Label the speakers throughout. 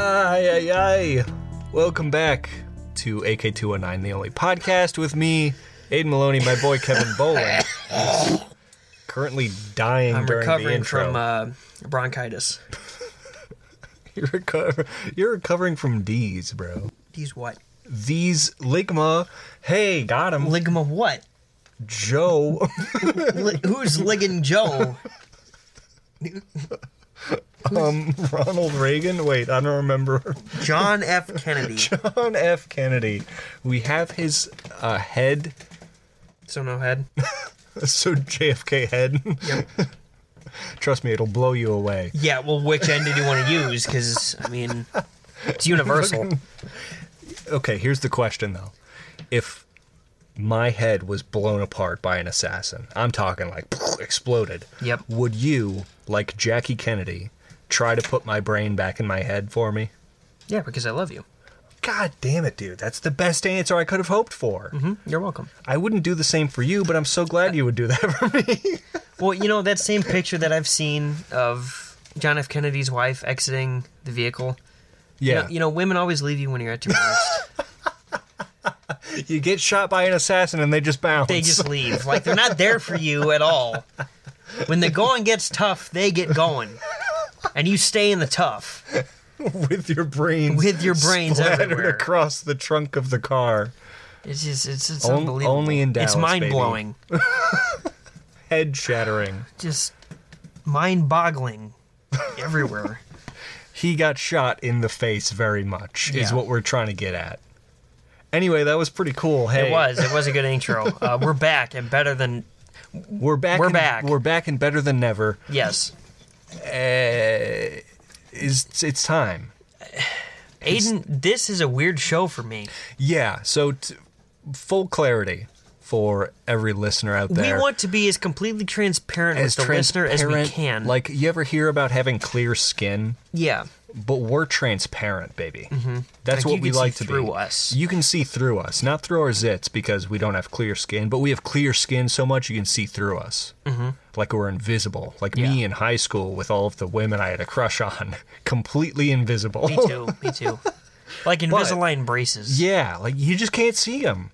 Speaker 1: Ay, ay. Welcome back to AK209, the only podcast with me, Aiden Maloney, my boy Kevin Boland. who's currently dying
Speaker 2: I'm
Speaker 1: during the
Speaker 2: recovering
Speaker 1: intro.
Speaker 2: from uh, bronchitis.
Speaker 1: you're, recover- you're recovering from these, bro.
Speaker 2: He's what?
Speaker 1: These Ligma. Hey, got him.
Speaker 2: Ligma what?
Speaker 1: Joe.
Speaker 2: Li- who's ligging Joe?
Speaker 1: um, Ronald Reagan. Wait, I don't remember.
Speaker 2: John F. Kennedy.
Speaker 1: John F. Kennedy. We have his uh, head.
Speaker 2: So no head.
Speaker 1: So JFK head.
Speaker 2: Yep.
Speaker 1: Trust me, it'll blow you away.
Speaker 2: Yeah. Well, which end did you want to use? Because I mean, it's universal.
Speaker 1: Okay, here's the question though. If my head was blown apart by an assassin, I'm talking like exploded.
Speaker 2: Yep.
Speaker 1: Would you, like Jackie Kennedy, try to put my brain back in my head for me?
Speaker 2: Yeah, because I love you.
Speaker 1: God damn it, dude. That's the best answer I could have hoped for.
Speaker 2: Hmm? You're welcome.
Speaker 1: I wouldn't do the same for you, but I'm so glad you would do that for me.
Speaker 2: Well, you know that same picture that I've seen of John F. Kennedy's wife exiting the vehicle. You know-
Speaker 1: yeah.
Speaker 2: You know, women always leave you when you're at your worst.
Speaker 1: You get shot by an assassin and they just bounce.
Speaker 2: they just leave. Like they're not there for you at all. When the going gets tough, they get going. And you stay in the tough.
Speaker 1: with your brains
Speaker 2: With your brains
Speaker 1: splattered
Speaker 2: everywhere.
Speaker 1: across the trunk of the car.
Speaker 2: It's just it's, it's
Speaker 1: On-
Speaker 2: unbelievable.
Speaker 1: only in Dallas,
Speaker 2: It's mind blowing.
Speaker 1: Head shattering.
Speaker 2: Just mind boggling everywhere.
Speaker 1: he got shot in the face very much is
Speaker 2: Yeah.
Speaker 1: what we're trying to get at anyway that was pretty cool hey
Speaker 2: It was. It was a good intro. Uh, we're back and better than
Speaker 1: we're back
Speaker 2: We're
Speaker 1: and-
Speaker 2: back.
Speaker 1: we're back and better than never
Speaker 2: yes.
Speaker 1: uh, is it's time
Speaker 2: Aiden, this is a weird show for me.
Speaker 1: yeah so t- full clarity for every listener out there
Speaker 2: We want to be as completely transparent
Speaker 1: as
Speaker 2: with the
Speaker 1: transparent
Speaker 2: listener as we can.
Speaker 1: like you ever hear about having clear skin
Speaker 2: yeah.
Speaker 1: but we're transparent, baby. That's
Speaker 2: Mm-hmm. Like,
Speaker 1: what
Speaker 2: you
Speaker 1: we
Speaker 2: can
Speaker 1: like
Speaker 2: see
Speaker 1: to be.
Speaker 2: through us.
Speaker 1: You can see through us, not through our zits because we don't have clear skin, but we have clear skin so much you can see through us, mm-hmm. like we're invisible. Like me
Speaker 2: Yeah.
Speaker 1: in high school with all of the women I had a crush on, completely invisible.
Speaker 2: Me too. Me too. Like Invisalign braces.
Speaker 1: yeah, like you just can't see them,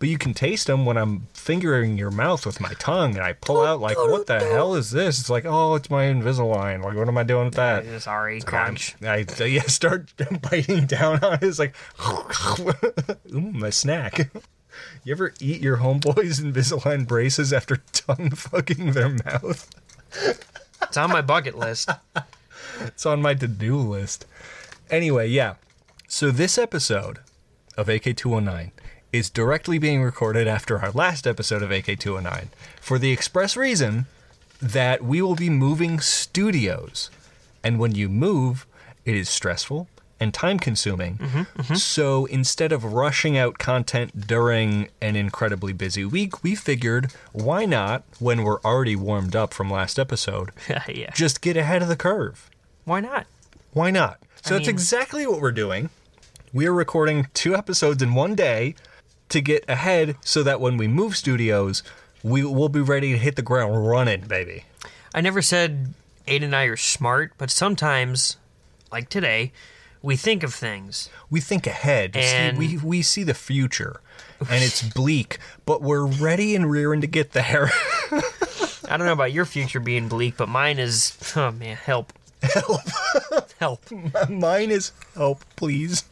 Speaker 1: but you can taste them when I'm fingering your mouth with my tongue and I pull out like, what the hell is this? It's like, oh, it's my Invisalign. Like, what am I doing with that?
Speaker 2: Sorry,
Speaker 1: I'm-
Speaker 2: crunch.
Speaker 1: I, I yeah, start biting down on it. It's like, ooh, my snack. You ever eat your homeboy's Invisalign braces after tongue fucking their mouth?
Speaker 2: It's on my bucket list.
Speaker 1: It's on my to do list. Anyway, yeah. So this episode of AK209 is directly being recorded after our last episode of AK209 for the express reason that we will be moving studios. And when you move, it is stressful and time consuming. So instead of rushing out content during an incredibly busy week, we figured why not, when we're already warmed up from last episode,
Speaker 2: yeah.
Speaker 1: just get ahead of the curve.
Speaker 2: Why not?
Speaker 1: Why not? So that's
Speaker 2: mean-
Speaker 1: exactly what we're doing. We are recording two episodes in one day to get ahead so that when we move studios, we will be ready to hit the ground running, baby.
Speaker 2: I never said Aiden and I are smart, but sometimes, like today, we think of things.
Speaker 1: We think ahead. See,
Speaker 2: And-
Speaker 1: we we see the future. And it's bleak, but we're ready and rearing to get there.
Speaker 2: I don't know about your future being bleak, but mine is. Oh man, help. Help. help.
Speaker 1: Mine is help, please.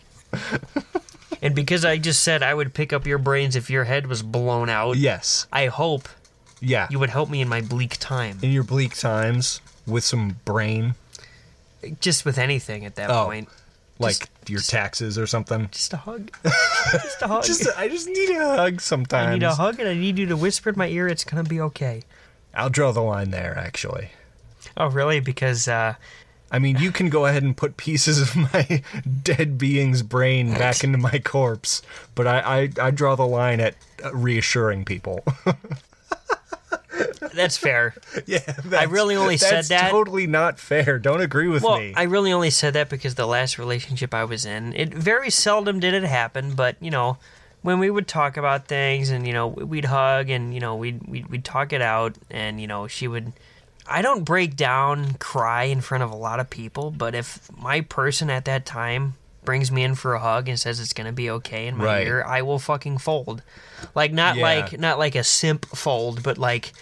Speaker 2: And because I just said I would pick up your brains if your head was blown out,
Speaker 1: Yes.
Speaker 2: I hope
Speaker 1: Yeah.
Speaker 2: you would help me in my bleak time.
Speaker 1: in your bleak times with some brain,
Speaker 2: Just with anything at that
Speaker 1: Oh.
Speaker 2: point.
Speaker 1: like your taxes or something.
Speaker 2: Just a hug. just a hug.
Speaker 1: Just I just need a hug sometimes.
Speaker 2: I need a hug and I need you to whisper in my ear it's going to be okay.
Speaker 1: I'll draw the line there, actually.
Speaker 2: Oh, really? Because uh,
Speaker 1: I mean, you can go ahead and put pieces of my dead being's brain back into my corpse, but I, I, I draw the line at uh, reassuring people.
Speaker 2: that's fair.
Speaker 1: yeah, I
Speaker 2: really only said that-
Speaker 1: Totally not fair. Don't agree with
Speaker 2: Well,
Speaker 1: me.
Speaker 2: I really only said that because the last relationship I was in, it very seldom did it happen, but you know, when we would talk about things and you know, we'd hug and you know, we'd we'd, we'd talk it out and you know, she would I don't break down, cry in front of a lot of people, but if my person at that time brings me in for a hug and says it's gonna be okay in my
Speaker 1: Right.
Speaker 2: ear, I will fucking fold. Like not
Speaker 1: Yeah.
Speaker 2: like not like a simp fold, but like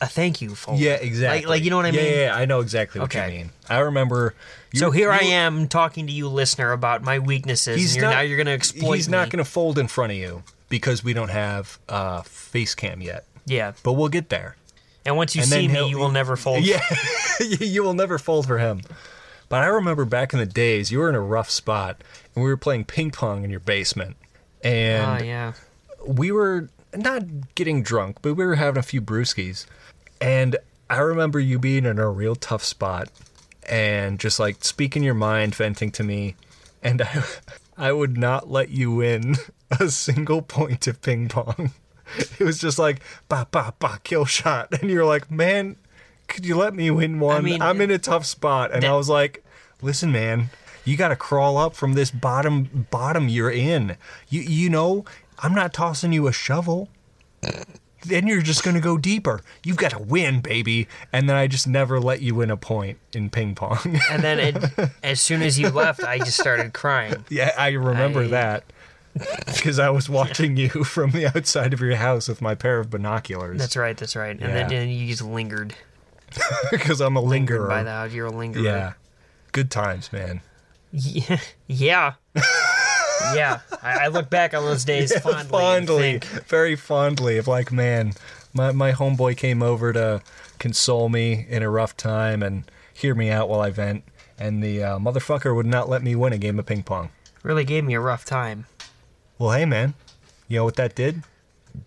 Speaker 2: a thank you fold.
Speaker 1: Yeah, exactly.
Speaker 2: Like, like you know what I
Speaker 1: Yeah,
Speaker 2: mean?
Speaker 1: Yeah, yeah, I know exactly what
Speaker 2: Okay.
Speaker 1: you mean. I remember. you-
Speaker 2: So here I
Speaker 1: you-
Speaker 2: am talking to you, listener, about my weaknesses.
Speaker 1: He's
Speaker 2: and you're,
Speaker 1: not-
Speaker 2: now you're going to exploit
Speaker 1: He's
Speaker 2: me.
Speaker 1: not going to fold in front of you because we don't have uh, face cam yet,
Speaker 2: Yeah.
Speaker 1: but we'll get there.
Speaker 2: And once you
Speaker 1: And then
Speaker 2: see me,
Speaker 1: he'll-
Speaker 2: you will never fold.
Speaker 1: Yeah, you will never fold for him. But I remember back in the days, you were in a rough spot, and we were playing ping pong in your basement,
Speaker 2: Oh,
Speaker 1: and
Speaker 2: yeah.
Speaker 1: we were not getting drunk, but we were having a few brewskis. And I remember you being in a real tough spot and just like speaking your mind, venting to me. And I, I would not let you win a single point of ping pong. It was just like, ba, ba, ba, kill shot. And you're like, man, could you let me win one? I
Speaker 2: mean,
Speaker 1: am in a tough spot. And I was like, listen, man, you got to crawl up from this bottom bottom you're in. You you know, I'm not tossing you a shovel. Then you're just going to go deeper. You've got to win, baby. And then I just never let you win a point in ping pong.
Speaker 2: And then it, as soon as you left, I just started crying.
Speaker 1: yeah, I remember
Speaker 2: I-
Speaker 1: that. Because I was watching you from the outside of your house with my pair of binoculars.
Speaker 2: That's right. That's right. And then
Speaker 1: Yeah.
Speaker 2: and you just lingered
Speaker 1: Because I'm a lingerer.
Speaker 2: by the house. You're a lingerer.
Speaker 1: yeah. Good times, man.
Speaker 2: Yeah. Yeah. yeah. I, I look back on those days fondly. and think,
Speaker 1: very fondly of like man my, my homeboy came over to console me in a rough time and hear me out while i vent and the uh, motherfucker would not let me win a game of ping pong
Speaker 2: really gave me a rough time.
Speaker 1: well hey man you know what that did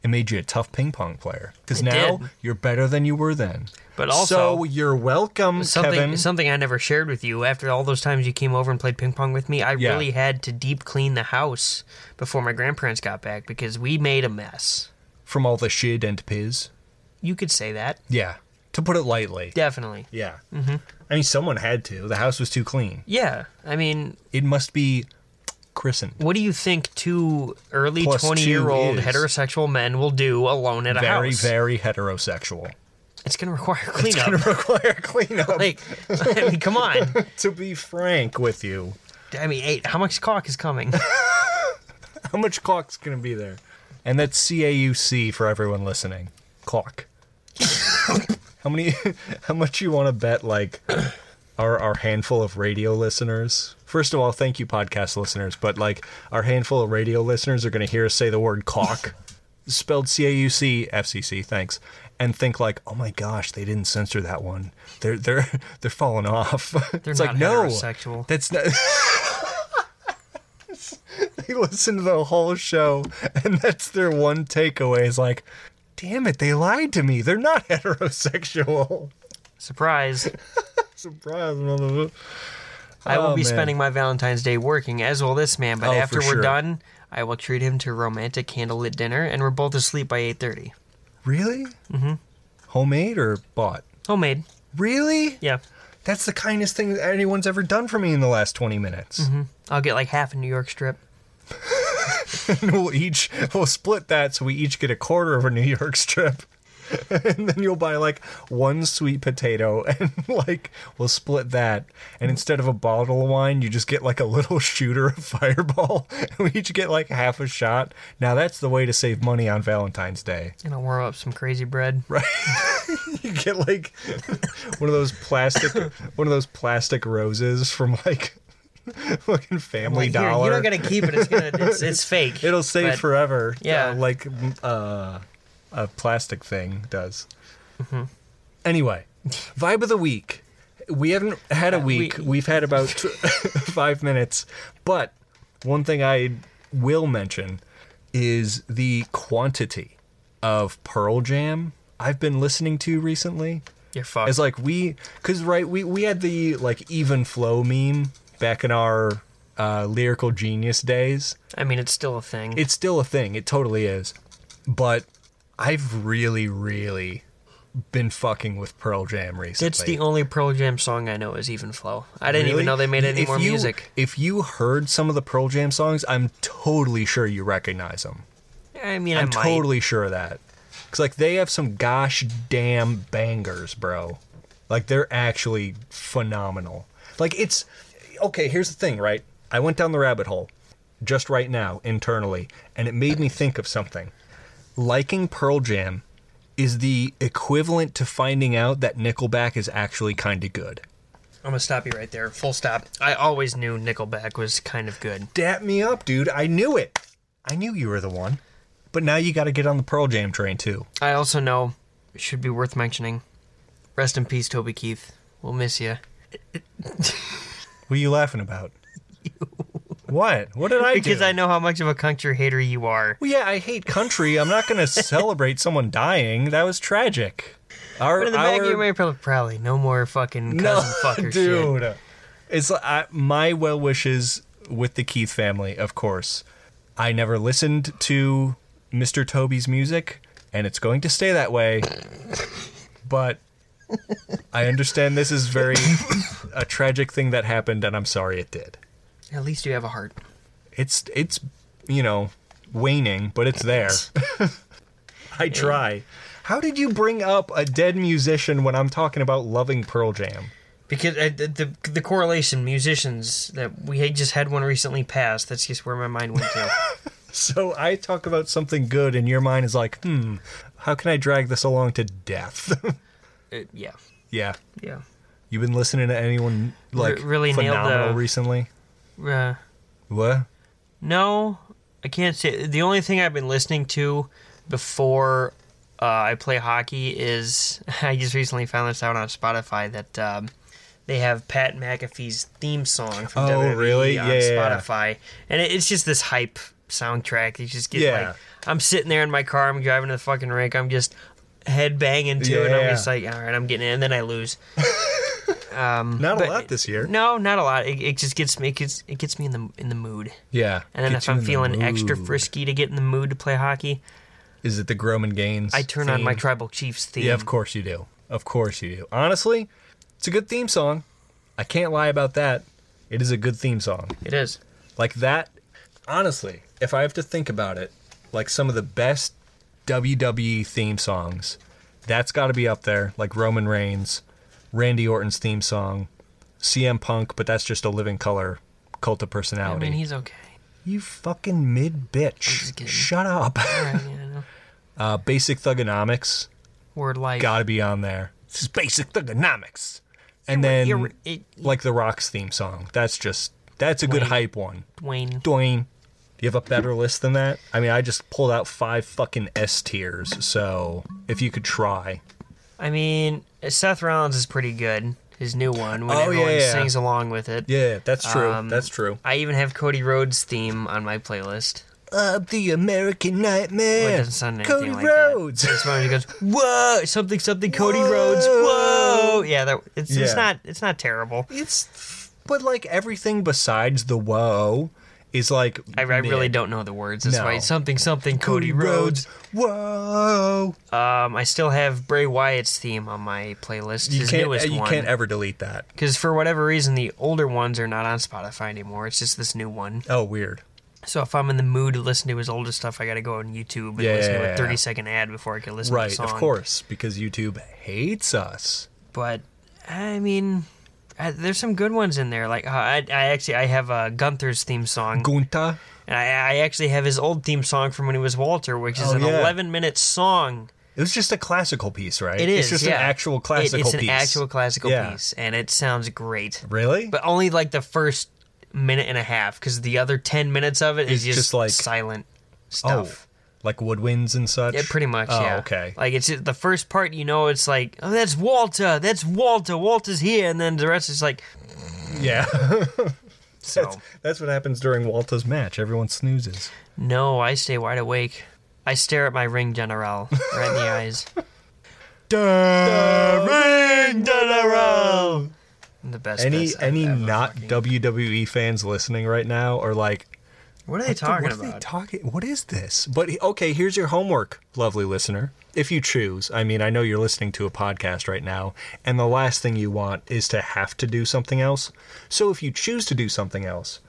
Speaker 1: it made you a tough ping pong player because
Speaker 2: It
Speaker 1: now
Speaker 2: did.
Speaker 1: you're better than you were then
Speaker 2: But
Speaker 1: so
Speaker 2: also-
Speaker 1: you're welcome
Speaker 2: Something
Speaker 1: kevin
Speaker 2: something I never shared with you. After all those times you came over and played ping pong with me, I
Speaker 1: Yeah.
Speaker 2: really had to deep clean the house before my grandparents got back because we made a mess.
Speaker 1: from all the shit and piz
Speaker 2: You could say that.
Speaker 1: yeah to put it lightly
Speaker 2: Definitely.
Speaker 1: yeah mm-hmm. i mean someone had to the house was too clean
Speaker 2: Yeah. I mean,
Speaker 1: it must be christened
Speaker 2: what do you think two early
Speaker 1: Plus
Speaker 2: 20 year old
Speaker 1: two is-
Speaker 2: heterosexual men will do alone at a
Speaker 1: very,
Speaker 2: house?
Speaker 1: very heterosexual.
Speaker 2: It's going to require cleanup.
Speaker 1: Gonna require cleanup.
Speaker 2: like, I mean, come on.
Speaker 1: to be frank with you,
Speaker 2: I mean, hey, how much caulk is coming?
Speaker 1: how much caulk's gonna be there? And that's C A U C for everyone listening. Clock. how many? How much you want to bet? Like our our handful of radio listeners. First of all, thank you, podcast listeners. But like our handful of radio listeners are gonna hear us say the word clock. Spelled C A U C F C C, thanks, and think like, oh my gosh, they didn't censor that one. They're they're they're falling off. They're it's like
Speaker 2: not
Speaker 1: no,
Speaker 2: heterosexual.
Speaker 1: that's not. they listen to the whole show, and that's their one takeaway is like, damn it, they lied to me. They're not heterosexual.
Speaker 2: Surprise.
Speaker 1: Surprise, motherfucker.
Speaker 2: I will
Speaker 1: Oh,
Speaker 2: be
Speaker 1: man.
Speaker 2: spending my Valentine's Day working, as will this man. But
Speaker 1: Oh, for
Speaker 2: after we're
Speaker 1: sure.
Speaker 2: done, I will treat him to romantic candlelit dinner, and we're both asleep by eight thirty.
Speaker 1: Really? Mm-hmm. Homemade or bought?
Speaker 2: Homemade,
Speaker 1: Really?
Speaker 2: yeah.
Speaker 1: That's the kindest thing that anyone's ever done for me in the last 20 minutes.
Speaker 2: I'll get like half a New York strip.
Speaker 1: And we'll each, we'll split that so we each get a quarter of a New York strip. and then you'll buy like one sweet potato and like we'll split that. And instead of a bottle of wine, you just get like a little shooter of fireball. And we each get like half a shot. Now that's the way to save money on Valentine's Day.
Speaker 2: And I'll warm up some crazy bread.
Speaker 1: You get like one of those plastic, one of those plastic roses from like fucking Family
Speaker 2: Like, here,
Speaker 1: Dollar.
Speaker 2: you're not gonna keep it. It's gonna. It's, it's fake.
Speaker 1: It'll stay
Speaker 2: but-
Speaker 1: forever.
Speaker 2: yeah.
Speaker 1: uh, like mm, uh, a plastic thing does.
Speaker 2: Mm-hmm.
Speaker 1: Anyway, vibe of the week. We haven't had a week.
Speaker 2: we-
Speaker 1: We, have had about t- five minutes. But one thing I will mention is the quantity of Pearl Jam I've been listening to recently.
Speaker 2: You're fucked.
Speaker 1: It's like we, cause right, we we had the like even flow meme back in our uh, lyrical genius days.
Speaker 2: I mean, it's still a thing.
Speaker 1: It's still a thing. It totally is. But I've really, really been fucking with Pearl Jam recently.
Speaker 2: it's the only Pearl Jam song I know is Even Flow. I didn't
Speaker 1: Really?
Speaker 2: even know they made any
Speaker 1: If
Speaker 2: more
Speaker 1: you-
Speaker 2: music.
Speaker 1: If you heard some of the Pearl Jam songs, I'm totally sure you recognize them.
Speaker 2: I mean,
Speaker 1: I'm
Speaker 2: I might.
Speaker 1: totally sure of that. Cause like they have some gosh damn bangers, bro. Like they're actually phenomenal. Like it's okay. Here's the thing, right? I went down the rabbit hole just right now internally, and it made me think of something. Liking Pearl Jam is the equivalent to finding out that Nickelback is actually kind of good.
Speaker 2: I'm gonna stop you right there. Full stop. I always knew Nickelback was kind of good.
Speaker 1: Dap me up, dude. I knew it. I knew you were the one. But now you got to get on the Pearl Jam train, too.
Speaker 2: I also know it should be worth mentioning. Rest in peace, Toby Keith. We'll miss you.
Speaker 1: What are you laughing about? What? What did I do?
Speaker 2: Because I know how much of a country hater you are.
Speaker 1: Well, yeah, I hate country. I'm not going to celebrate someone dying. That was tragic. Our,
Speaker 2: But in the back of your mind, probably, probably no more fucking cousin fucker shit.
Speaker 1: dude. It's like, I, my well wishes with the Keith family, of course. I never listened to Mr. Toby's music, and it's going to stay that way. but I understand this is very a tragic thing that happened, and I'm sorry it did.
Speaker 2: At least you have a heart.
Speaker 1: It's it's you know waning, but it's there. I try. How did you bring up a dead musician when I'm talking about loving Pearl Jam?
Speaker 2: Because uh, the, the the correlation musicians that we had just had one recently pass. That's just where my mind went to.
Speaker 1: So I talk about something good, and your mind is like, hmm, how can I drag this along to death?
Speaker 2: Uh, yeah,
Speaker 1: yeah.
Speaker 2: yeah.
Speaker 1: You've been listening to anyone like
Speaker 2: R- really nailed
Speaker 1: phenomenal
Speaker 2: the-
Speaker 1: recently?
Speaker 2: Uh,
Speaker 1: What?
Speaker 2: No, I can't say. The only thing I've been listening to before uh, I play hockey is I just recently found this out on Spotify that um, they have Pat McAfee's theme song from
Speaker 1: Oh,
Speaker 2: WWE
Speaker 1: really?
Speaker 2: on
Speaker 1: Yeah, yeah, yeah.
Speaker 2: Spotify, and it, it's just this hype soundtrack. You just get
Speaker 1: Yeah.
Speaker 2: like I'm sitting there in my car, I'm driving to the fucking rink, I'm just head banging to it. I'm
Speaker 1: Yeah.
Speaker 2: just like, all right, I'm getting it, and then I lose.
Speaker 1: Not
Speaker 2: but-
Speaker 1: a lot this year.
Speaker 2: No, not a lot. It, it just gets me. It gets, it gets me in the in the mood.
Speaker 1: Yeah.
Speaker 2: And then
Speaker 1: Get
Speaker 2: if
Speaker 1: you
Speaker 2: I'm
Speaker 1: in the
Speaker 2: feeling extra
Speaker 1: mood.
Speaker 2: frisky to get in the mood to play hockey,
Speaker 1: is it the Groman Gaines?
Speaker 2: I turn on my
Speaker 1: theme?
Speaker 2: Tribal Chiefs theme.
Speaker 1: Yeah, of course you do. Of course you do. Honestly, it's a good theme song. I can't lie about that. It is a good theme song.
Speaker 2: It is.
Speaker 1: Like that, honestly, if I have to think about it, like some of the best WWE theme songs, that's got to be up there. Like Roman Reigns, Randy Orton's theme song, CM Punk, but that's just a living color cult of
Speaker 2: I
Speaker 1: personality.
Speaker 2: mean, he's okay.
Speaker 1: you fucking mid
Speaker 2: just
Speaker 1: bitch.
Speaker 2: kidding.
Speaker 1: Shut up.
Speaker 2: All right, yeah, I know.
Speaker 1: Uh, basic thugonomics,
Speaker 2: Word life.
Speaker 1: got to be on there. This is basic thugonomics. And then
Speaker 2: You're, it,
Speaker 1: like the Rock's theme song. That's just that's a good
Speaker 2: Dwayne.
Speaker 1: hype one.
Speaker 2: Dwayne.
Speaker 1: Dwayne. Do you have a better list than that? I mean, I just pulled out five fucking S tiers, so if you could try.
Speaker 2: I mean, Seth Rollins is pretty good. His new one when
Speaker 1: Oh,
Speaker 2: everyone
Speaker 1: yeah, yeah.
Speaker 2: sings along with it.
Speaker 1: Yeah, that's true.
Speaker 2: Um,
Speaker 1: that's true.
Speaker 2: I even have Cody Rhodes theme on my playlist.
Speaker 1: Of the American
Speaker 2: Well, it
Speaker 1: Nightmare.
Speaker 2: doesn't sound anything
Speaker 1: Cody
Speaker 2: like
Speaker 1: Rhodes.
Speaker 2: that. This one he goes, whoa, something, something, Cody Rhodes,
Speaker 1: Whoa.
Speaker 2: whoa. Yeah, that, it's,
Speaker 1: Yeah.
Speaker 2: it's not, it's not terrible.
Speaker 1: it's but like everything besides the whoa is like
Speaker 2: I, I really
Speaker 1: mid.
Speaker 2: don't know the words. That's
Speaker 1: No.
Speaker 2: why it's something, something,
Speaker 1: Cody Rhodes. Whoa.
Speaker 2: Um, I still have Bray Wyatt's theme on my playlist.
Speaker 1: You
Speaker 2: his
Speaker 1: can't uh,
Speaker 2: newest
Speaker 1: you
Speaker 2: one.
Speaker 1: can't ever delete that.
Speaker 2: because for whatever reason, the older ones are not on Spotify anymore. It's just this new one.
Speaker 1: Oh, weird.
Speaker 2: So if I'm in the mood to listen to his older stuff, I got to go on YouTube and
Speaker 1: Yeah,
Speaker 2: listen
Speaker 1: yeah,
Speaker 2: to
Speaker 1: yeah.
Speaker 2: a 30 second ad before I can listen to
Speaker 1: Right,
Speaker 2: the song.
Speaker 1: of course, because YouTube hates us.
Speaker 2: But I mean, I, there's some good ones in there. Like uh, I, I actually I have uh, Gunther's theme song.
Speaker 1: Gunta.
Speaker 2: and I, I actually have his old theme song from when he was Walter, which is
Speaker 1: Oh,
Speaker 2: an
Speaker 1: yeah.
Speaker 2: 11 minute song.
Speaker 1: It was just a classical piece, right?
Speaker 2: It is.
Speaker 1: It's just
Speaker 2: yeah.
Speaker 1: an actual
Speaker 2: It-
Speaker 1: classical
Speaker 2: it's an
Speaker 1: piece.
Speaker 2: actual classical
Speaker 1: Yeah.
Speaker 2: piece, and it sounds great.
Speaker 1: Really?
Speaker 2: But only like the first minute and a half, because the other ten minutes of it is
Speaker 1: It's
Speaker 2: just,
Speaker 1: just, like-
Speaker 2: silent
Speaker 1: oh,
Speaker 2: stuff.
Speaker 1: like woodwinds and such.
Speaker 2: Yeah, pretty much.
Speaker 1: Oh,
Speaker 2: yeah.
Speaker 1: okay.
Speaker 2: Like it's the first part. You know, it's like, oh, that's Walter. That's Walter. Walter's here, and then the rest is like,
Speaker 1: yeah,
Speaker 2: so
Speaker 1: that's, that's what happens during Walter's match. Everyone snoozes.
Speaker 2: no, I stay wide awake. I stare at my ring general right in the eyes. I'm the best.
Speaker 1: Any
Speaker 2: best I've
Speaker 1: any
Speaker 2: ever
Speaker 1: not
Speaker 2: fucking-
Speaker 1: WWE fans listening right now are like,
Speaker 2: What are they
Speaker 1: what
Speaker 2: talking
Speaker 1: are they
Speaker 2: about?
Speaker 1: talking? What is this? But he- okay, here's your homework, lovely listener. If you choose, I mean, I know you're listening to a podcast right now, and the last thing you want is to have to do something else. So if you choose to do something else,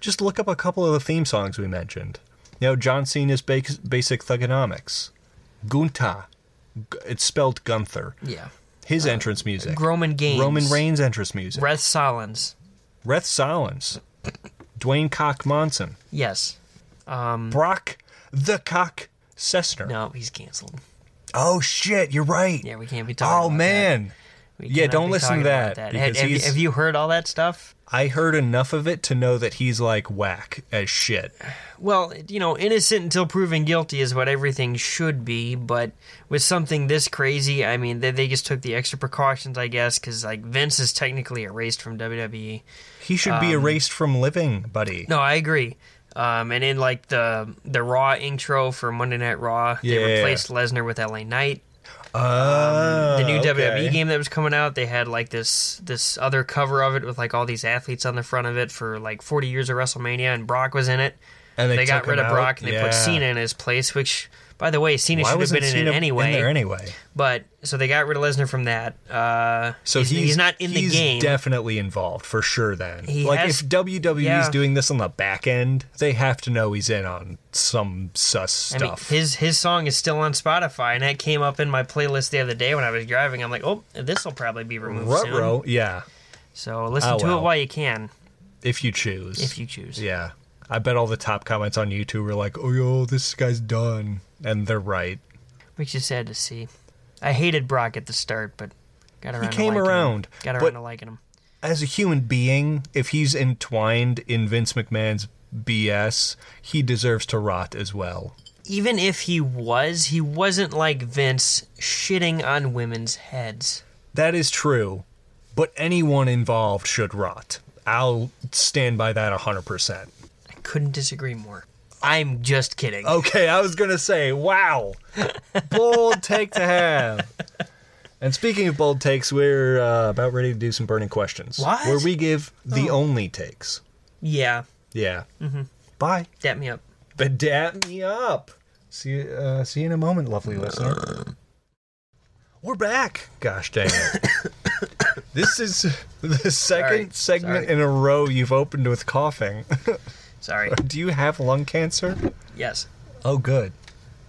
Speaker 1: just look up a couple of the theme songs we mentioned. You know, John Cena's ba- Basic Thugonomics, Gunta, G- it's spelled Gunther.
Speaker 2: yeah.
Speaker 1: His entrance music,
Speaker 2: Uh, Roman Gaines.
Speaker 1: Roman Reigns entrance music,
Speaker 2: Breath Solins.
Speaker 1: Reth Solins, Dwayne Cock Monson,
Speaker 2: Yes. Um,
Speaker 1: Brock the Cock Sessner.
Speaker 2: no, he's canceled.
Speaker 1: Oh shit, you're right.
Speaker 2: Yeah, we can't be talking.
Speaker 1: oh
Speaker 2: about that.
Speaker 1: man.
Speaker 2: We
Speaker 1: Yeah,
Speaker 2: cannot
Speaker 1: don't
Speaker 2: be
Speaker 1: listen
Speaker 2: talking
Speaker 1: to
Speaker 2: about
Speaker 1: that,
Speaker 2: Have,
Speaker 1: because
Speaker 2: have you,
Speaker 1: he's-
Speaker 2: have you heard all that stuff?
Speaker 1: I heard enough of it to know that he's like whack as shit.
Speaker 2: Well, you know, innocent until proven guilty is what everything should be, but with something this crazy, I mean, they, they just took the extra precautions, I guess, because, like, Vince is technically erased from WWE.
Speaker 1: He should
Speaker 2: Um,
Speaker 1: be erased from living, buddy.
Speaker 2: No, I agree. Um, and in, like, the the Raw intro for Monday Night Raw, they
Speaker 1: Yeah.
Speaker 2: replaced Lesnar with LA Knight.
Speaker 1: Oh,
Speaker 2: The new
Speaker 1: okay.
Speaker 2: WWE game that was coming out, they had, like, this, this other cover of it with, like, all these athletes on the front of it for, like, 40 years of WrestleMania, and Brock was in it.
Speaker 1: and
Speaker 2: they,
Speaker 1: took
Speaker 2: got
Speaker 1: him
Speaker 2: rid of
Speaker 1: out?
Speaker 2: Brock and they
Speaker 1: Yeah.
Speaker 2: put Cena in his place, which, by the way,
Speaker 1: Why
Speaker 2: Cena should have
Speaker 1: wasn't
Speaker 2: been in
Speaker 1: Cena
Speaker 2: it anyway.
Speaker 1: there anyway?
Speaker 2: But so they got rid of Lesnar from that. Uh,
Speaker 1: So
Speaker 2: he's,
Speaker 1: he's,
Speaker 2: he's not in
Speaker 1: he's
Speaker 2: the game.
Speaker 1: Definitely involved for sure. Then,
Speaker 2: He
Speaker 1: like
Speaker 2: has-
Speaker 1: if WWE's
Speaker 2: yeah.
Speaker 1: doing this on the back end, they have to know he's in on some sus
Speaker 2: I mean,
Speaker 1: stuff.
Speaker 2: his his song is still on Spotify, and that came up in my playlist the other day when I was driving. I'm like, oh, this will probably be removed soon.
Speaker 1: Ruh-roh, yeah,
Speaker 2: So listen
Speaker 1: Oh,
Speaker 2: to it
Speaker 1: well.
Speaker 2: while you can,
Speaker 1: if you choose,
Speaker 2: if you choose.
Speaker 1: yeah. I bet all the top comments on YouTube are like, "Oh yo, this guy's done," and they're right.
Speaker 2: Which is sad to see. I hated Brock at the start, but got around.
Speaker 1: came
Speaker 2: to liking
Speaker 1: around,
Speaker 2: Him. Got around
Speaker 1: but-
Speaker 2: to liking him.
Speaker 1: as a human being, if he's entwined in Vince McMahon's BS, he deserves to rot as well.
Speaker 2: Even if he was, he wasn't like Vince shitting on women's heads.
Speaker 1: That is true, but anyone involved should rot. I'll stand by that 100%.
Speaker 2: I couldn't disagree more. I'm just kidding.
Speaker 1: Okay, I was going to say, wow. Bold take to have. And speaking of bold takes, we're uh, about ready to do some burning questions.
Speaker 2: What?
Speaker 1: Where we give the only takes.
Speaker 2: Yeah,
Speaker 1: Yeah. Mm-hmm. Bye.
Speaker 2: dap me up.
Speaker 1: But dap me up. See, uh, see you in a moment, lovely listener. We're back. Gosh dang it. this is the second
Speaker 2: Sorry,
Speaker 1: segment
Speaker 2: sorry.
Speaker 1: in a row you've opened with coughing.
Speaker 2: Sorry.
Speaker 1: Do you have lung cancer?
Speaker 2: Yes.
Speaker 1: Oh, good.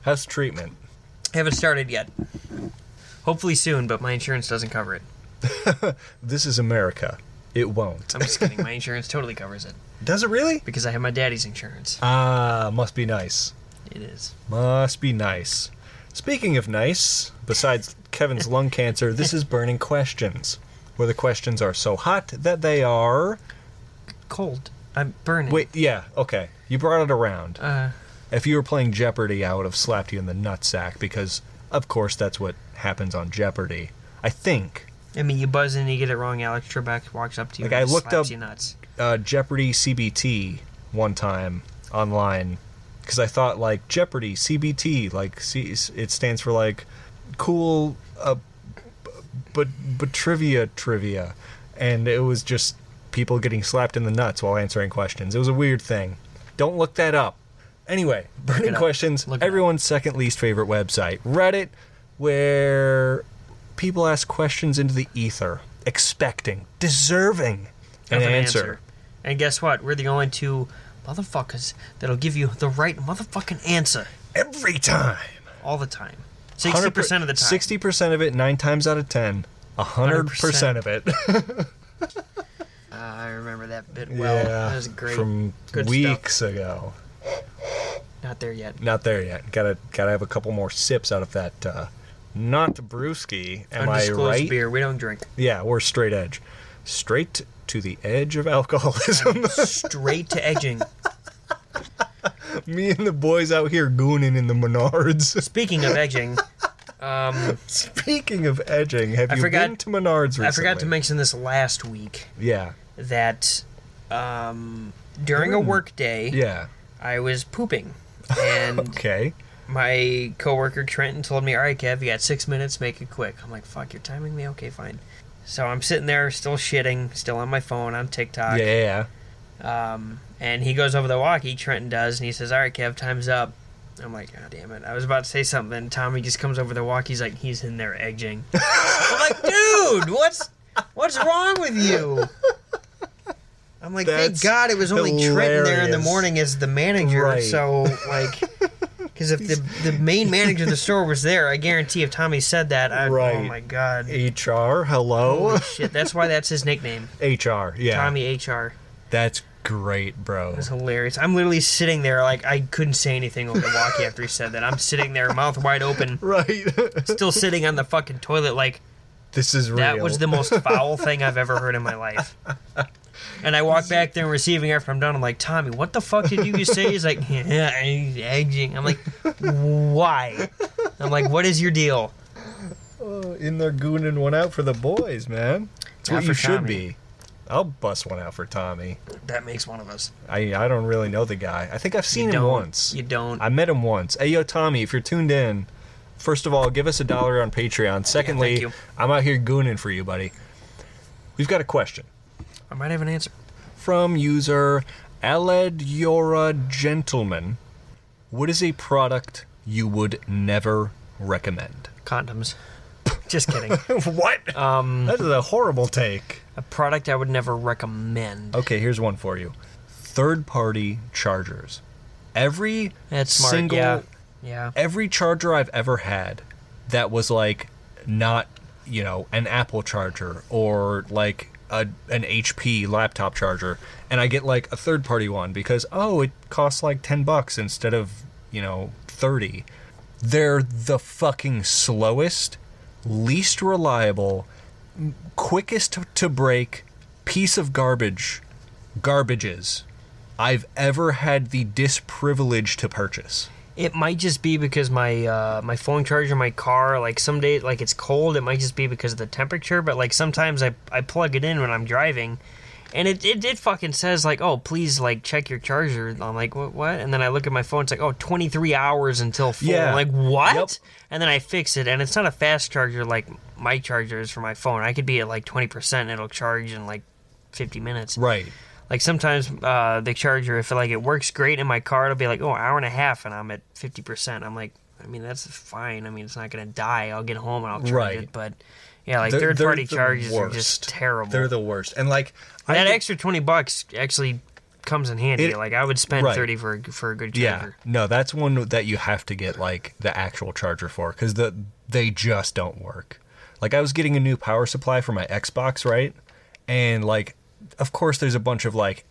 Speaker 1: How's treatment?
Speaker 2: Haven't started yet. Hopefully soon, but my insurance doesn't cover it.
Speaker 1: This is America. It won't.
Speaker 2: I'm just kidding. My insurance totally covers it
Speaker 1: Does it really?
Speaker 2: because I have my daddy's insurance.
Speaker 1: Ah, must be nice.
Speaker 2: It is.
Speaker 1: Must be nice. Speaking of nice, besides Kevin's lung cancer, this is Burning Questions, where the questions are so hot that they are.
Speaker 2: Cold. I'm burning.
Speaker 1: Wait, yeah, okay. You brought it around.
Speaker 2: Uh,
Speaker 1: If you were playing Jeopardy, I would have slapped you in the nutsack because, of course, that's what happens on Jeopardy. I think
Speaker 2: I mean, you buzz in and you get it wrong. Alex Trebek walks up to you
Speaker 1: Like,
Speaker 2: and
Speaker 1: I
Speaker 2: just
Speaker 1: looked
Speaker 2: slaps
Speaker 1: up-
Speaker 2: you nuts.
Speaker 1: uh, Jeopardy CBT one time online because I thought like Jeopardy CBT like C- it stands for like cool uh, b- but but trivia trivia, and it was just people getting slapped in the nuts while answering questions. It was a weird thing. Don't look that up. Anyway, burning
Speaker 2: up.
Speaker 1: questions.
Speaker 2: Look it up.
Speaker 1: everyone's second least favorite website, Reddit, where people ask questions into the ether, expecting, deserving an,
Speaker 2: Of
Speaker 1: answer.
Speaker 2: And guess what? We're the only two motherfuckers that'll give you the right motherfucking answer
Speaker 1: every time.
Speaker 2: all the time. Sixty percent of the time.
Speaker 1: Sixty percent of it, nine times out of ten. A hundred percent of it.
Speaker 2: Uh, I remember that bit well. that was great.
Speaker 1: From
Speaker 2: Good
Speaker 1: weeks
Speaker 2: Stuff.
Speaker 1: ago.
Speaker 2: Not there yet.
Speaker 1: Not there yet. Gotta gotta have a couple more sips out of that. Uh, not brewski. Am I
Speaker 2: Undisclosed
Speaker 1: right?
Speaker 2: beer. We don't drink.
Speaker 1: Yeah, we're straight edge, straight to the edge of alcoholism.
Speaker 2: Straight to edging.
Speaker 1: Me and the boys out here gooning in the Menards.
Speaker 2: Speaking of edging, um,
Speaker 1: Speaking of edging, have
Speaker 2: I
Speaker 1: you
Speaker 2: forgot-
Speaker 1: been to Menards recently?
Speaker 2: I forgot to mention this last week
Speaker 1: Yeah,
Speaker 2: that um, during a work day,
Speaker 1: Mm. yeah.
Speaker 2: I was pooping. And
Speaker 1: Okay.
Speaker 2: my coworker Trenton told me, "All right, Kev, you got six minutes. Make it quick." I'm like, "Fuck, you're timing me? Okay, fine." So I'm sitting there, still shitting, still on my phone, on TikTok.
Speaker 1: Yeah, yeah, yeah.
Speaker 2: Um, and he goes over the walkie, Trenton does, and he says, All right, Kev, time's up. I'm like, God damn it. I was about to say something, and Tommy just comes over the walkie. He's like, He's in there edging. I'm like, Dude, what's what's wrong with you? I'm like,
Speaker 1: That's
Speaker 2: Thank God it was only Trenton there in the
Speaker 1: hilarious.
Speaker 2: morning as the manager.
Speaker 1: Right.
Speaker 2: So, like, because if the, the main manager of the store was there, I guarantee if Tommy said that, I, oh
Speaker 1: Right.
Speaker 2: my God.
Speaker 1: HR, hello.
Speaker 2: Holy shit. That's why that's his nickname,
Speaker 1: HR, yeah.
Speaker 2: Tommy HR.
Speaker 1: That's great, bro.
Speaker 2: It's hilarious. I'm literally sitting there like I couldn't say anything over the walkie after he said that. I'm sitting there, mouth wide open,
Speaker 1: Right.
Speaker 2: still sitting on the fucking toilet like
Speaker 1: this is real.
Speaker 2: That was the most foul thing I've ever heard in my life. And I walk back there in receiving after I'm done. I'm like, Tommy, what the fuck did you just say? He's like, yeah, I- edging. I'm like, why? I'm like, what is your deal?
Speaker 1: Oh, in there gooning one out for the boys, man. It's
Speaker 2: Not
Speaker 1: what
Speaker 2: for
Speaker 1: you should
Speaker 2: Tommy.
Speaker 1: be. I'll bust one out for Tommy.
Speaker 2: That makes one of us.
Speaker 1: I I don't really know the guy. I think I've seen
Speaker 2: you
Speaker 1: him
Speaker 2: don't,
Speaker 1: once.
Speaker 2: You don't.
Speaker 1: I met him once. Hey, yo, Tommy, if you're tuned in, first of all, give us a dollar on Patreon. Secondly,
Speaker 2: you.
Speaker 1: I'm out here gooning for you, buddy. We've got a question
Speaker 2: I might have an answer.
Speaker 1: from user Aled Yora Gentleman. What is a product you would never recommend?
Speaker 2: Condoms. Just kidding.
Speaker 1: what?
Speaker 2: Um,
Speaker 1: that is a horrible take.
Speaker 2: a product I would never recommend.
Speaker 1: Okay, here's one for you. Third party chargers. Every
Speaker 2: That's smart.
Speaker 1: single
Speaker 2: yeah. Yeah.
Speaker 1: every charger I've ever had that was like not, you know, an Apple charger or like a, an HP laptop charger, and I get like a third party one because, oh, it costs like 10 bucks instead of, you know, 30. They're the fucking slowest, least reliable, m- quickest to- to break piece of garbage, garbages I've ever had the disprivilege to purchase.
Speaker 2: It might just be because my uh, my phone charger, in my car, like some days, like it's cold. It might just be because of the temperature. But like sometimes I, I plug it in when I'm driving, and it, it it fucking says like, oh please like check your charger. I'm like what what? And then I look at my phone. It's like oh 23 hours until full.
Speaker 1: Yeah.
Speaker 2: I'm like what?
Speaker 1: Yep.
Speaker 2: And then I fix it, and it's not a fast charger like my charger is for my phone. I could be at like 20 percent, it'll charge in like 50 minutes.
Speaker 1: Right.
Speaker 2: Like sometimes uh, the charger, if like it works great in my car, it'll be like oh hour and a half, and I'm at fifty percent. I'm like, I mean that's fine. I mean it's not gonna die. I'll get home and I'll charge
Speaker 1: Right.
Speaker 2: it. But yeah, like
Speaker 1: They're-
Speaker 2: third party
Speaker 1: they're the
Speaker 2: charges are
Speaker 1: worst.
Speaker 2: just terrible.
Speaker 1: They're the worst. And like I
Speaker 2: that
Speaker 1: get-
Speaker 2: extra twenty bucks actually comes in handy.
Speaker 1: It-
Speaker 2: like I would spend
Speaker 1: right.
Speaker 2: thirty for a- for a good
Speaker 1: yeah,
Speaker 2: charger.
Speaker 1: no, that's one that you have to get like the actual charger for because the they just don't work. Like I was getting a new power supply for my Xbox, right? And like, of course, there's a bunch of like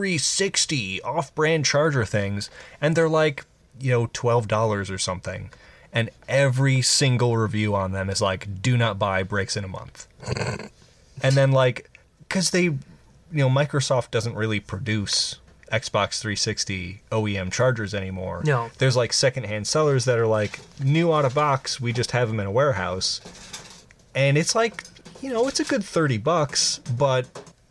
Speaker 1: X360 off-brand charger things, and they're like you know twelve dollars or something. And every single review on them is like, "Do not buy," breaks in a month. and then like because they you know microsoft doesn't really produce xbox 360 oem E chargers anymore
Speaker 2: No.
Speaker 1: there's like secondhand sellers that are like new out of box we just have them in a warehouse and it's like you know it's a good 30 bucks but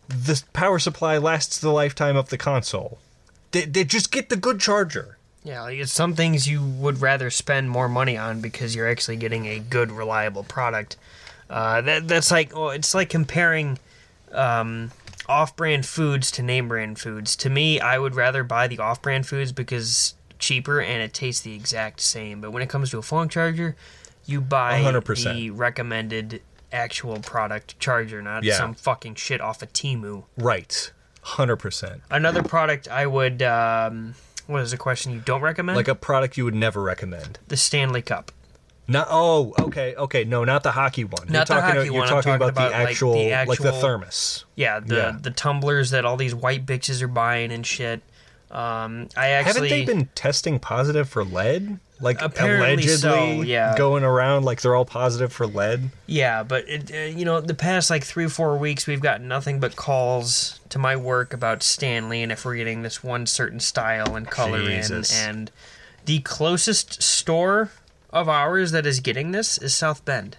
Speaker 1: the power supply lasts the lifetime of the console they, they just get the good charger
Speaker 2: Yeah, like it's some things you would rather spend more money on because you're actually getting a good, reliable product. Uh, that that's like oh, it's like comparing um, off-brand foods to name-brand foods. To me, I would rather buy the off-brand foods because cheaper and it tastes the exact same. But when it comes to a phone charger, you buy
Speaker 1: 100%.
Speaker 2: the recommended actual product charger, not
Speaker 1: Yeah.
Speaker 2: some fucking shit off of Timu.
Speaker 1: right 100%
Speaker 2: Another product I would um, what is the question you don't recommend?
Speaker 1: like a product you would never recommend
Speaker 2: the Stanley Cup.
Speaker 1: Not oh, okay, okay. No, not the hockey one. you're
Speaker 2: Not the
Speaker 1: talking
Speaker 2: hockey
Speaker 1: you're
Speaker 2: one, I'm
Speaker 1: talking,
Speaker 2: talking
Speaker 1: about,
Speaker 2: about,
Speaker 1: the,
Speaker 2: like, the
Speaker 1: actual, like, the
Speaker 2: actual-
Speaker 1: thermos.
Speaker 2: Yeah, the
Speaker 1: Yeah.
Speaker 2: the tumblers that all these white bitches are buying and shit. Um, I
Speaker 1: Haven't
Speaker 2: actually
Speaker 1: they been testing positive for lead? Like
Speaker 2: Apparently
Speaker 1: allegedly
Speaker 2: so, yeah.
Speaker 1: going around like they're all positive for lead.
Speaker 2: yeah, but it, uh, you know, the past like three four weeks, we've gotten nothing but calls to my work about Stanley and if we're getting this one certain style and color
Speaker 1: Jesus.
Speaker 2: in. And the closest store of ours that is getting this is South Bend,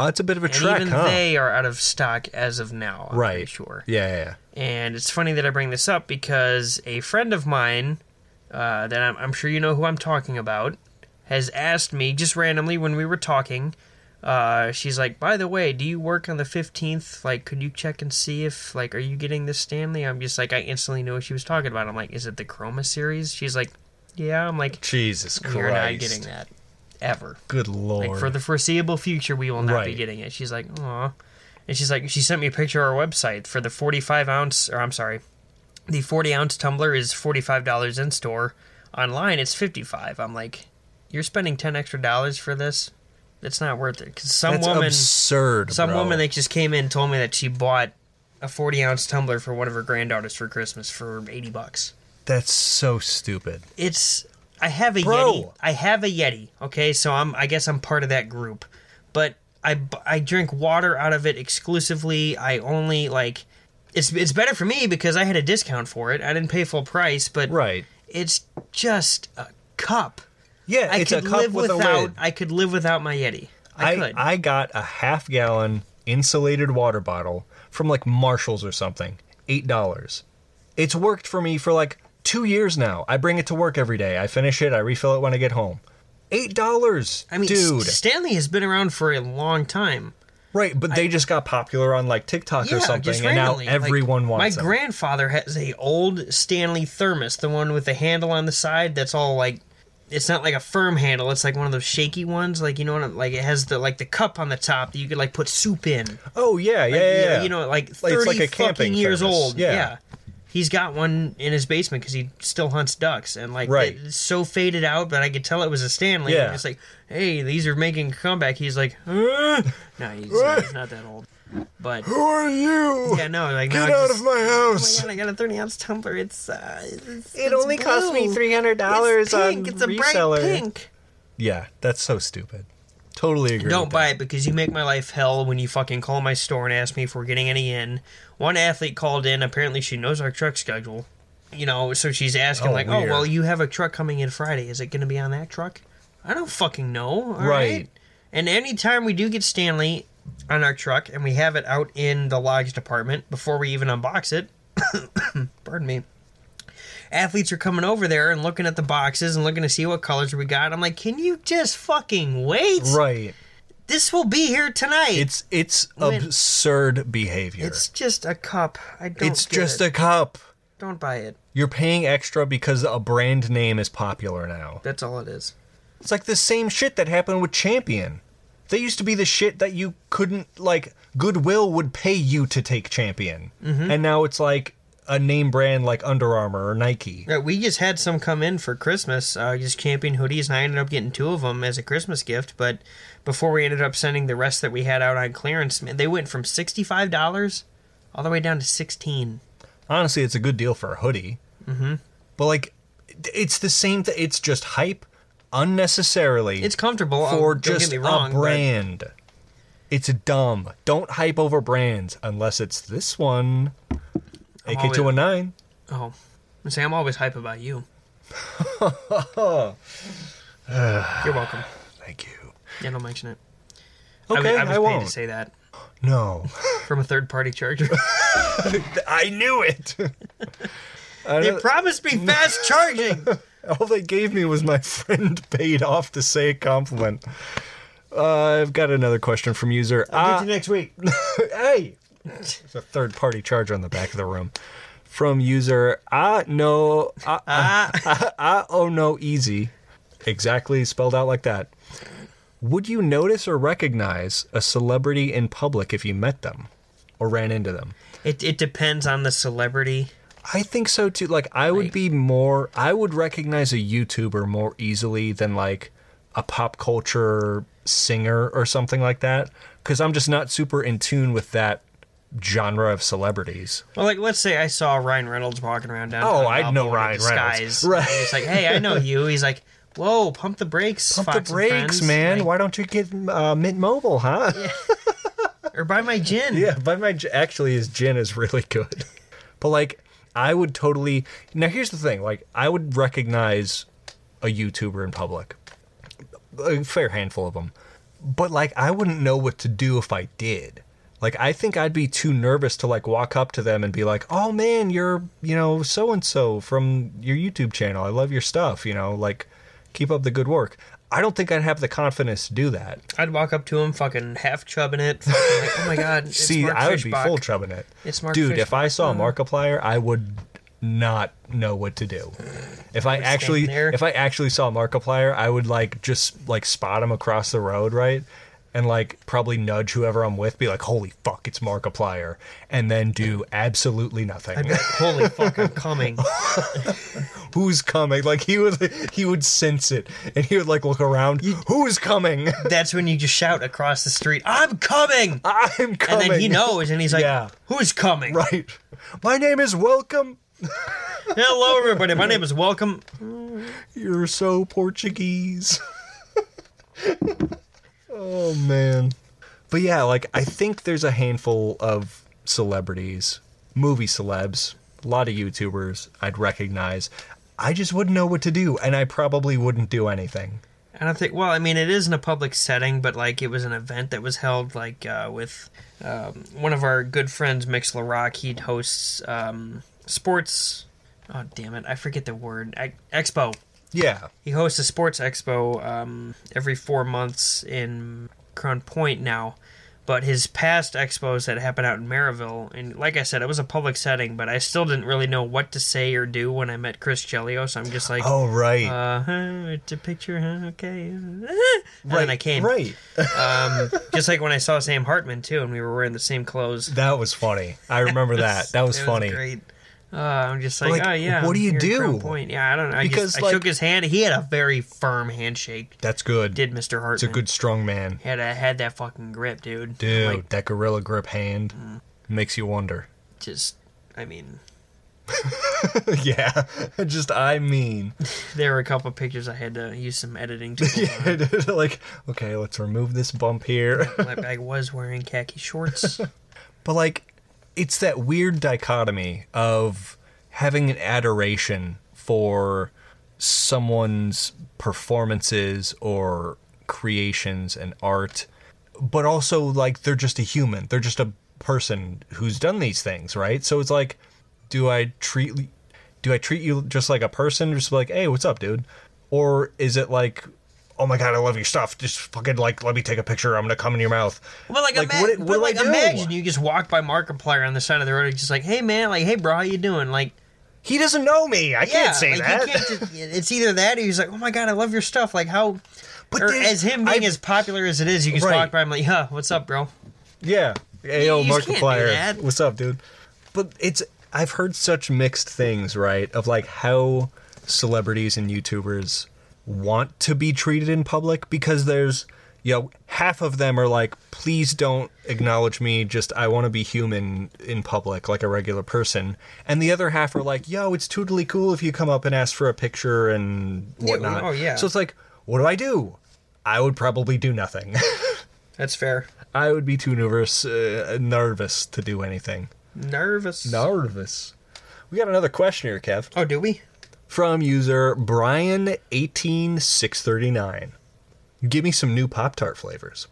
Speaker 1: Oh, it's a bit of a
Speaker 2: and
Speaker 1: trek,
Speaker 2: even
Speaker 1: huh?
Speaker 2: they are out of stock as of now. I'm pretty
Speaker 1: right.
Speaker 2: sure.
Speaker 1: Yeah, yeah, yeah.
Speaker 2: And it's funny that I bring this up because a friend of mine, uh, that I'm, I'm sure you know who I'm talking about, has asked me just randomly when we were talking. Uh, she's like, by the way, do you work on the 15th? Like, could you check and see if, like, are you getting this Stanley? I'm just like, I instantly knew what she was talking about. I'm like, is it the Chroma series? She's like, yeah. I'm like,
Speaker 1: Jesus Christ.
Speaker 2: you're not getting that ever.
Speaker 1: Good lord.
Speaker 2: Like for the foreseeable future, we will not be
Speaker 1: Right.
Speaker 2: getting it. She's like, aw. And she's like, she sent me a picture of our website for the 45 ounce, or I'm sorry, the 40 ounce tumbler is $45 in store. Online, it's 55 I'm like, you're spending 10 extra dollars for this? That's not worth it. Because some
Speaker 1: That's
Speaker 2: woman,
Speaker 1: absurd.
Speaker 2: some
Speaker 1: bro.
Speaker 2: woman that just came in told me that she bought a 40 ounce tumbler for one of her granddaughters for Christmas for 80 bucks.
Speaker 1: That's so stupid.
Speaker 2: It's I have a
Speaker 1: Bro.
Speaker 2: Yeti. I have a Yeti. Okay, so I'm I guess I'm part of that group, but I bu- I drink water out of it exclusively. I only like it's it's better for me because I had a discount for it. I didn't pay full price, but
Speaker 1: Right.
Speaker 2: it's just a cup.
Speaker 1: Yeah,
Speaker 2: I
Speaker 1: it's
Speaker 2: could
Speaker 1: a cup
Speaker 2: live
Speaker 1: with
Speaker 2: without.
Speaker 1: a lid.
Speaker 2: I could live without my Yeti. I,
Speaker 1: I,
Speaker 2: could.
Speaker 1: I got a half gallon insulated water bottle from like Marshalls or something, $8. It's worked for me for like two years now. I bring it to work every day. I finish it, I refill it when I get home. $8.
Speaker 2: I mean, S-
Speaker 1: dude.
Speaker 2: Stanley has been around for a long time.
Speaker 1: right, but they just got popular on like TikTok or something,
Speaker 2: just
Speaker 1: and now
Speaker 2: randomly, like,
Speaker 1: everyone wants
Speaker 2: My
Speaker 1: them.
Speaker 2: grandfather has a old Stanley thermos, the one with the handle on the side that's all like it's not like a firm handle, it's like one of those shaky ones, like you know what I'm, like it has the like the cup on the top that you could like put soup in.
Speaker 1: oh, yeah, yeah, yeah,
Speaker 2: you, know,
Speaker 1: yeah.
Speaker 2: you know,
Speaker 1: Like,
Speaker 2: like thirty
Speaker 1: it's like a
Speaker 2: fucking
Speaker 1: camping
Speaker 2: years
Speaker 1: thermos.
Speaker 2: old.
Speaker 1: Yeah.
Speaker 2: Yeah. he's got one in his basement because he still hunts ducks, and like
Speaker 1: Right.
Speaker 2: it's so faded out, but I could tell it was a Stanley.
Speaker 1: Yeah.
Speaker 2: and it's like, hey, these are making a comeback. He's like, "Huh?" no, he's, not, he's not that old, but
Speaker 1: Eh, Who are you?
Speaker 2: yeah, no, like
Speaker 1: Get
Speaker 2: now
Speaker 1: out
Speaker 2: it
Speaker 1: of
Speaker 2: just,
Speaker 1: my
Speaker 2: Oh my
Speaker 1: house.
Speaker 2: god, I got a 30 ounce tumbler. It's uh, it's,
Speaker 1: it only cost me $300
Speaker 2: it's
Speaker 1: on
Speaker 2: pink. It's a
Speaker 1: reseller.
Speaker 2: bright pink.
Speaker 1: Yeah, that's so stupid. Totally agree.
Speaker 2: Don't
Speaker 1: with
Speaker 2: buy it because you make my life hell when you fucking call my store and ask me if we're getting any in. One athlete called in. Apparently, she knows our truck schedule. You know, so she's asking
Speaker 1: Oh,
Speaker 2: like,
Speaker 1: weird.
Speaker 2: "Oh, well, you have a truck coming in Friday. Is it going to be on that truck?" I don't fucking know. all right?
Speaker 1: Right.
Speaker 2: And anytime we do get Stanley on our truck and we have it out in the logs department before we even unbox it, pardon me. Athletes are coming over there and looking at the boxes and looking to see what colors we got. I'm like, can you just fucking wait?
Speaker 1: that. Right.
Speaker 2: This will be here tonight.
Speaker 1: It's it's
Speaker 2: When-
Speaker 1: absurd behavior. It's,
Speaker 2: It's just a cup. I don't. get
Speaker 1: just
Speaker 2: it.
Speaker 1: a cup.
Speaker 2: Don't buy it.
Speaker 1: You're paying extra because a brand name is popular now.
Speaker 2: That's all it is.
Speaker 1: It's like the same shit that happened with Champion. They used to be the shit that you couldn't like Goodwill would pay you to take Champion.
Speaker 2: Mm-hmm.
Speaker 1: And now it's like a name brand like Under Armour or Nike.
Speaker 2: Yeah, we just had some come in for Christmas, uh, just camping hoodies, and I ended up getting two of them as a Christmas gift. But before we ended up sending the rest that we had out on clearance, man, they went from sixty-five dollars all the way down to sixteen.
Speaker 1: honestly, it's a good deal for a hoodie. Mm-hmm. But like, it- it's the same thing. It's just hype, unnecessarily.
Speaker 2: It's comfortable, um,
Speaker 1: for
Speaker 2: don't get
Speaker 1: just
Speaker 2: me wrong,
Speaker 1: a
Speaker 2: but-
Speaker 1: brand. It's dumb. Don't hype over brands unless it's this one. AK two one nine.
Speaker 2: Oh, I say I'm always hype about you. You're welcome.
Speaker 1: Thank you.
Speaker 2: Yeah, don't mention it. I
Speaker 1: Okay,
Speaker 2: was,
Speaker 1: I,
Speaker 2: I was paid
Speaker 1: won't.
Speaker 2: to say that
Speaker 1: no,
Speaker 2: from a third-party charger.
Speaker 1: I knew it. I
Speaker 2: they
Speaker 1: don't-
Speaker 2: promised me fast charging.
Speaker 1: All they gave me was my friend paid off to say a compliment. Uh, I've got another question from user. Ah-
Speaker 2: next week.
Speaker 1: hey, there's a third party charger on the back of the room from user I no I, I, I, I oh no easy, exactly spelled out like that. Would you notice or recognize a celebrity in public if you met them or ran into them?
Speaker 2: It, it depends on the celebrity.
Speaker 1: I think so too. Like I would be more I would recognize a YouTuber more easily than like a pop culture singer or something like that cuz I'm just not super in tune with that genre of celebrities.
Speaker 2: Well, like let's say I saw Ryan Reynolds walking around downtown.
Speaker 1: Oh, I'd
Speaker 2: Malibu
Speaker 1: know
Speaker 2: in a
Speaker 1: Ryan Reynolds.
Speaker 2: disguise.
Speaker 1: Right.
Speaker 2: And He's like, hey, I know you. He's like, whoa, pump the brakes,
Speaker 1: Pump
Speaker 2: Fox
Speaker 1: the
Speaker 2: and
Speaker 1: brakes,
Speaker 2: Friends."
Speaker 1: man.
Speaker 2: Like,
Speaker 1: Why don't you get uh, Mint Mobile, huh? Yeah,
Speaker 2: or buy my gin.
Speaker 1: but my gin- actually his gin is really good. but like I would totally Now here's the thing, like I would recognize a YouTuber in public. A fair handful of them. But like I wouldn't know what to do if I did. Like I think I'd be too nervous to like walk up to them and be like, "Oh man, you're, you know, so and so from your YouTube channel. I love your stuff, you know, like keep up the good work." I don't think I'd have the confidence to do that.
Speaker 2: I'd walk up to him, fucking half chubbing it. fucking like, oh my god, it's
Speaker 1: See,
Speaker 2: Mark
Speaker 1: I would be
Speaker 2: Fishbach.
Speaker 1: full trouble in it.
Speaker 2: It's Mark
Speaker 1: Dude, if
Speaker 2: Fishbach.
Speaker 1: I saw Markiplier, I would not know what to do. If I actually
Speaker 2: stand there.
Speaker 1: if I actually saw Markiplier, I would like just like spot him across the road, right? and like probably nudge whoever I'm with, be like, "Holy fuck, it's Markiplier," and then do absolutely nothing.
Speaker 2: I'd be like, holy fuck, I'm coming.
Speaker 1: Who's coming? Like he would, he would sense it, and he would like look around. Who's coming?
Speaker 2: That's when you just shout across the street, I'm coming!
Speaker 1: I'm
Speaker 2: And
Speaker 1: coming.
Speaker 2: then he knows, and he's like,
Speaker 1: Yeah.
Speaker 2: who's coming?
Speaker 1: right? My name is Welcome.
Speaker 2: Hello, everybody. My name is Welcome.
Speaker 1: You're so Portuguese. oh man. But yeah, like I think there's a handful of celebrities, movie celebs, a lot of YouTubers I'd recognize. I just wouldn't know what to do, and I probably wouldn't do anything.
Speaker 2: And I think, well, I mean, it is in a public setting, but like it was an event that was held like uh, with um, one of our good friends, Mix LaRock. He hosts um, sports. Oh damn it! I forget the word. I, expo.
Speaker 1: Yeah.
Speaker 2: He hosts a sports expo um, every four months in Crown Point now. But his past expos that happened out in Maryville, and like I said, it was a public setting, but I still didn't really know what to say or do when I met Chris Gelio. So I'm just like,
Speaker 1: Oh right.
Speaker 2: uh, huh, it's a picture, huh, okay. and then I came.
Speaker 1: Right.
Speaker 2: Um, just like when I saw Sam Hartman, too, and we were wearing the same clothes.
Speaker 1: That was funny. I remember that. That was
Speaker 2: It
Speaker 1: funny.
Speaker 2: great. Uh, I'm just like,
Speaker 1: Like,
Speaker 2: oh, yeah.
Speaker 1: what do
Speaker 2: I'm
Speaker 1: you
Speaker 2: here at Crown
Speaker 1: do?
Speaker 2: Point. Yeah, I don't know. I,
Speaker 1: Because,
Speaker 2: just, I
Speaker 1: like-
Speaker 2: shook his hand. He had a very firm handshake,
Speaker 1: That's good.
Speaker 2: did Mr. Hartman.
Speaker 1: it's a good strong man.
Speaker 2: Had, a, had that fucking grip, dude.
Speaker 1: Dude,
Speaker 2: Like, Mm.
Speaker 1: that gorilla grip hand makes you wonder.
Speaker 2: just, I mean,
Speaker 1: yeah. Just I mean.
Speaker 2: there were a couple pictures I had to use some editing to. pull
Speaker 1: Yeah, dude, like okay, let's remove this bump here.
Speaker 2: on. Like, I was wearing khaki shorts.
Speaker 1: But like, it's that weird dichotomy of having an adoration for someone's performances or creations and art, but also like they're just a human. They're just a person who's done these things, right? So it's like, do I treat do I treat you just like a person, just like, hey, what's up, dude? Or is it like, oh my god, I love your stuff. Just fucking like, let me take a picture. I'm gonna come in your mouth.
Speaker 2: Well, like,
Speaker 1: Like,
Speaker 2: ima-
Speaker 1: what- what
Speaker 2: but,
Speaker 1: do I
Speaker 2: like
Speaker 1: do?
Speaker 2: imagine you just walk by Markiplier on the side of the road and just like, hey man, like, hey bro, how you doing? Like,
Speaker 1: He doesn't know me. I
Speaker 2: yeah,
Speaker 1: can't say
Speaker 2: like,
Speaker 1: that.
Speaker 2: You can't just, it's either that or he's like, oh my god, I love your stuff. Like how,
Speaker 1: But
Speaker 2: or
Speaker 1: there's-
Speaker 2: as him being
Speaker 1: I-
Speaker 2: as popular as it is, you just
Speaker 1: Right.
Speaker 2: walk by him like, huh, what's up, bro?
Speaker 1: Yeah. Ayo,
Speaker 2: You just can't do
Speaker 1: Markiplier.
Speaker 2: that.
Speaker 1: What's up, dude? But it's I've heard such mixed things, right? Of like how celebrities and YouTubers want to be treated in public because there's you know, half of them are like, please don't acknowledge me, just I want to be human in public, like a regular person. And the other half are like, yo, it's totally cool if you come up and ask for a picture and whatnot.
Speaker 2: oh, yeah.
Speaker 1: So it's like, what do I do? I would probably do nothing.
Speaker 2: That's fair.
Speaker 1: I would be too nervous, uh, nervous to do anything.
Speaker 2: Nervous.
Speaker 1: Nervous. We got another question here, Kev,
Speaker 2: Oh, do we?
Speaker 1: from user Brian eighteen six thirty nine. Give me some new Pop Tart flavors.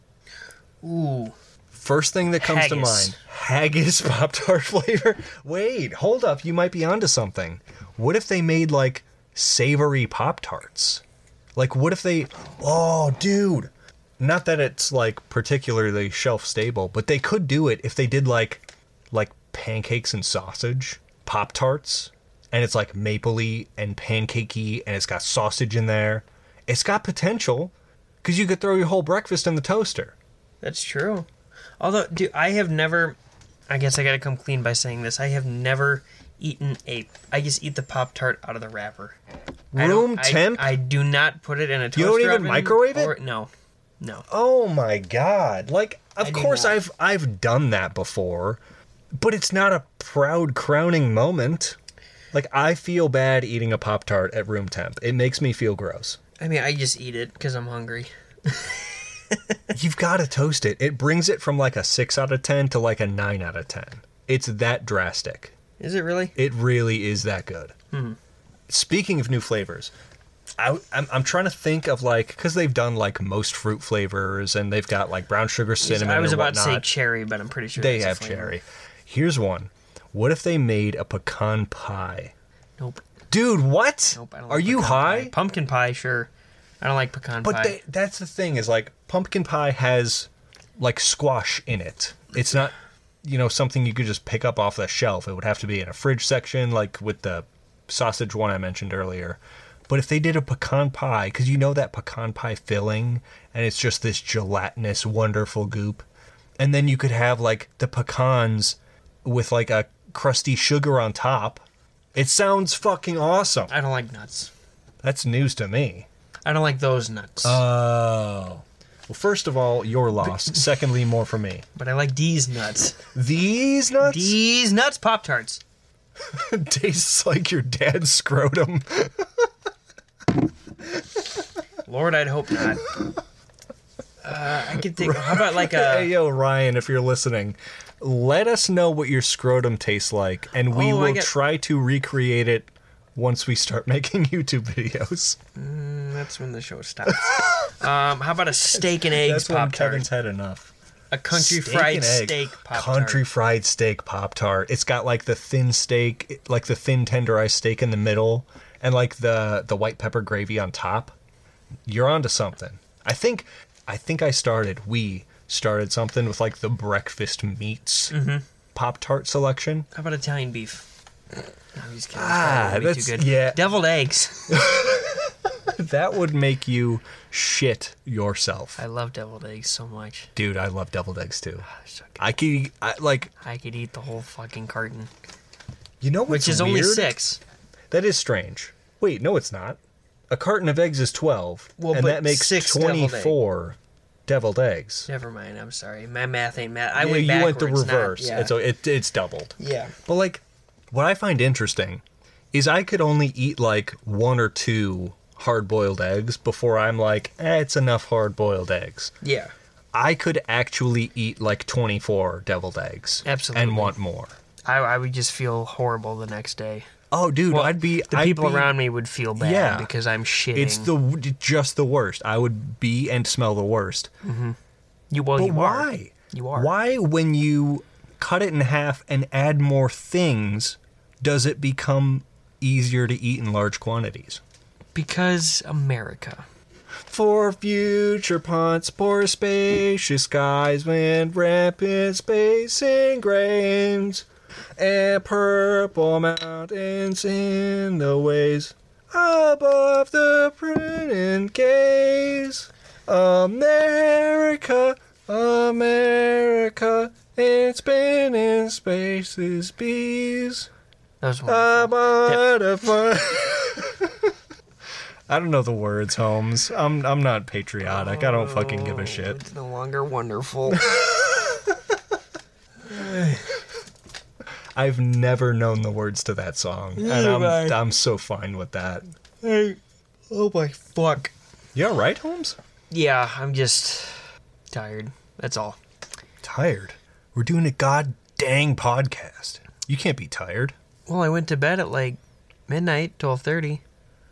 Speaker 2: Ooh.
Speaker 1: First thing that comes to
Speaker 2: Haggis.
Speaker 1: mind: haggis Pop Tart flavor. Wait, hold up, you might be onto something. What if they made like savory Pop Tarts? Like, what if they? Oh, dude. Not that it's like particularly shelf stable, but they could do it if they did like like pancakes and sausage, Pop Tarts, and it's like mapley and pancakey, and it's got sausage in there. It's got potential because you could throw your whole breakfast in the toaster.
Speaker 2: That's true. Although, dude, I have never. I guess I gotta come clean by saying this. I have never eaten a. I just eat the Pop Tart out of the wrapper. I don't-
Speaker 1: Room
Speaker 2: I-
Speaker 1: temp.
Speaker 2: I, do not put it in a toaster.
Speaker 1: don't even
Speaker 2: oven
Speaker 1: microwave it?
Speaker 2: or- No, no.
Speaker 1: Oh my god. Like of
Speaker 2: I do
Speaker 1: course
Speaker 2: not.
Speaker 1: I've I've done that before, but it's not a proud crowning moment. Like I feel bad eating a pop tart at room temp. It makes me feel gross.
Speaker 2: I mean, I just eat it because I'm hungry.
Speaker 1: You've got to toast it. It brings it from like a 6 out of 10 to like a 9 out of 10. It's that drastic.
Speaker 2: Is it really?
Speaker 1: It really is that good.
Speaker 2: Hmm.
Speaker 1: Speaking of new flavors, I, I'm, I'm trying to think of like because they've done like most fruit flavors and they've got like brown sugar cinnamon.
Speaker 2: I was
Speaker 1: or
Speaker 2: about to say
Speaker 1: whatnot.
Speaker 2: cherry, but I'm pretty sure
Speaker 1: They
Speaker 2: that's a
Speaker 1: have
Speaker 2: flavor.
Speaker 1: cherry. Here's one. What if they made a pecan pie?
Speaker 2: Nope,
Speaker 1: Dude, what?
Speaker 2: nope. I don't
Speaker 1: Are
Speaker 2: like
Speaker 1: you
Speaker 2: pecan
Speaker 1: high?
Speaker 2: Pie. Pumpkin pie, sure. I don't like pecan
Speaker 1: But
Speaker 2: pie.
Speaker 1: they, that's the thing is like pumpkin pie has like squash in it. It's not you know something you could just pick up off the shelf. It would have to be in a fridge section like with the sausage one I mentioned earlier. But if they did a pecan pie, because you know that pecan pie filling, and it's just this gelatinous, wonderful goop, and then you could have like the pecans with like a crusty sugar on top. It sounds fucking awesome.
Speaker 2: I don't like nuts.
Speaker 1: That's news to me.
Speaker 2: I don't like those nuts.
Speaker 1: Oh. Well, first of all, you're lost. Secondly, more for me.
Speaker 2: but I like these nuts.
Speaker 1: These nuts
Speaker 2: These nuts, Pop Tarts.
Speaker 1: tastes like your dad's scrotum.
Speaker 2: Lord, I'd hope not. Uh, I could think. How about like
Speaker 1: hey
Speaker 2: a?
Speaker 1: yo, Ryan, if you're listening, let us know what your scrotum tastes like, and we
Speaker 2: Oh, I
Speaker 1: will
Speaker 2: get-
Speaker 1: try to recreate it once we start making YouTube videos.
Speaker 2: That's when the show stops. Um, how about a steak and eggs
Speaker 1: That's when
Speaker 2: Pop
Speaker 1: Kevin's
Speaker 2: Tart?
Speaker 1: had enough.
Speaker 2: A country
Speaker 1: Steak
Speaker 2: fried
Speaker 1: and egg.
Speaker 2: steak Pop Tart.
Speaker 1: Country fried steak pop tart. It's got like the thin steak, like the thin tenderized steak in the middle, and like the the white pepper gravy on top. You're onto something. I think, I think I started. We started something with like the breakfast meats
Speaker 2: Mm-hmm.
Speaker 1: pop tart selection.
Speaker 2: How about Italian beef? No, I'm just kidding.
Speaker 1: Ah,
Speaker 2: Probably
Speaker 1: that's-
Speaker 2: too good.
Speaker 1: yeah.
Speaker 2: Deviled eggs.
Speaker 1: That would make you shit yourself,
Speaker 2: I love deviled eggs so much.
Speaker 1: dude. I love deviled eggs too.
Speaker 2: They're so good.
Speaker 1: I could, I, like,
Speaker 2: I could eat the whole fucking carton,
Speaker 1: you know, what's
Speaker 2: which is only
Speaker 1: weird?
Speaker 2: six.
Speaker 1: That is strange. Wait, no, it's not. A carton of eggs is twelve,
Speaker 2: Well,
Speaker 1: and
Speaker 2: but
Speaker 1: that makes
Speaker 2: six deviled egg.
Speaker 1: twenty-four deviled eggs.
Speaker 2: Never mind. I'm sorry. My math ain't math. I
Speaker 1: Yeah,
Speaker 2: went
Speaker 1: you went
Speaker 2: backwards.
Speaker 1: the
Speaker 2: not-
Speaker 1: reverse,
Speaker 2: yeah.
Speaker 1: and so it, it's doubled.
Speaker 2: yeah.
Speaker 1: But like, what I find interesting is I could only eat like one or two hard-boiled eggs before I'm like, eh, it's enough hard-boiled eggs.
Speaker 2: Yeah.
Speaker 1: I could actually eat like 24 deviled eggs.
Speaker 2: Absolutely.
Speaker 1: And want more.
Speaker 2: I, I would just feel horrible the next day.
Speaker 1: Oh, dude,
Speaker 2: Well,
Speaker 1: I'd be.
Speaker 2: the
Speaker 1: I'd
Speaker 2: people
Speaker 1: be-
Speaker 2: around me would feel bad
Speaker 1: Yeah.
Speaker 2: because I'm shitting.
Speaker 1: It's the just the worst. I would be and smell the worst.
Speaker 2: you. Well,
Speaker 1: But
Speaker 2: you are.
Speaker 1: why?
Speaker 2: You are.
Speaker 1: Why, when you cut it in half and add more things, does it become easier to eat in large quantities?
Speaker 2: Because America.
Speaker 1: For future punts, poor spacious skies, when rampant spacing grains and purple mountains in the ways above the prudent gaze. America, America, it's spinning spaces, bees.
Speaker 2: That was
Speaker 1: I'm
Speaker 2: wonderful.
Speaker 1: out of fun. I don't know the words, Holmes. I'm I'm not patriotic. I don't fucking give a shit.
Speaker 2: oh, It's no longer wonderful.
Speaker 1: I've never known the words to that song, and
Speaker 2: Neither
Speaker 1: I'm
Speaker 2: have I.
Speaker 1: I'm so fine with that.
Speaker 2: hey, oh my fuck.
Speaker 1: You all right, Holmes?
Speaker 2: Yeah, I'm just tired. That's all.
Speaker 1: Tired. We're doing a god dang podcast. You can't be tired.
Speaker 2: Well, I went to bed at like midnight, twelve thirty.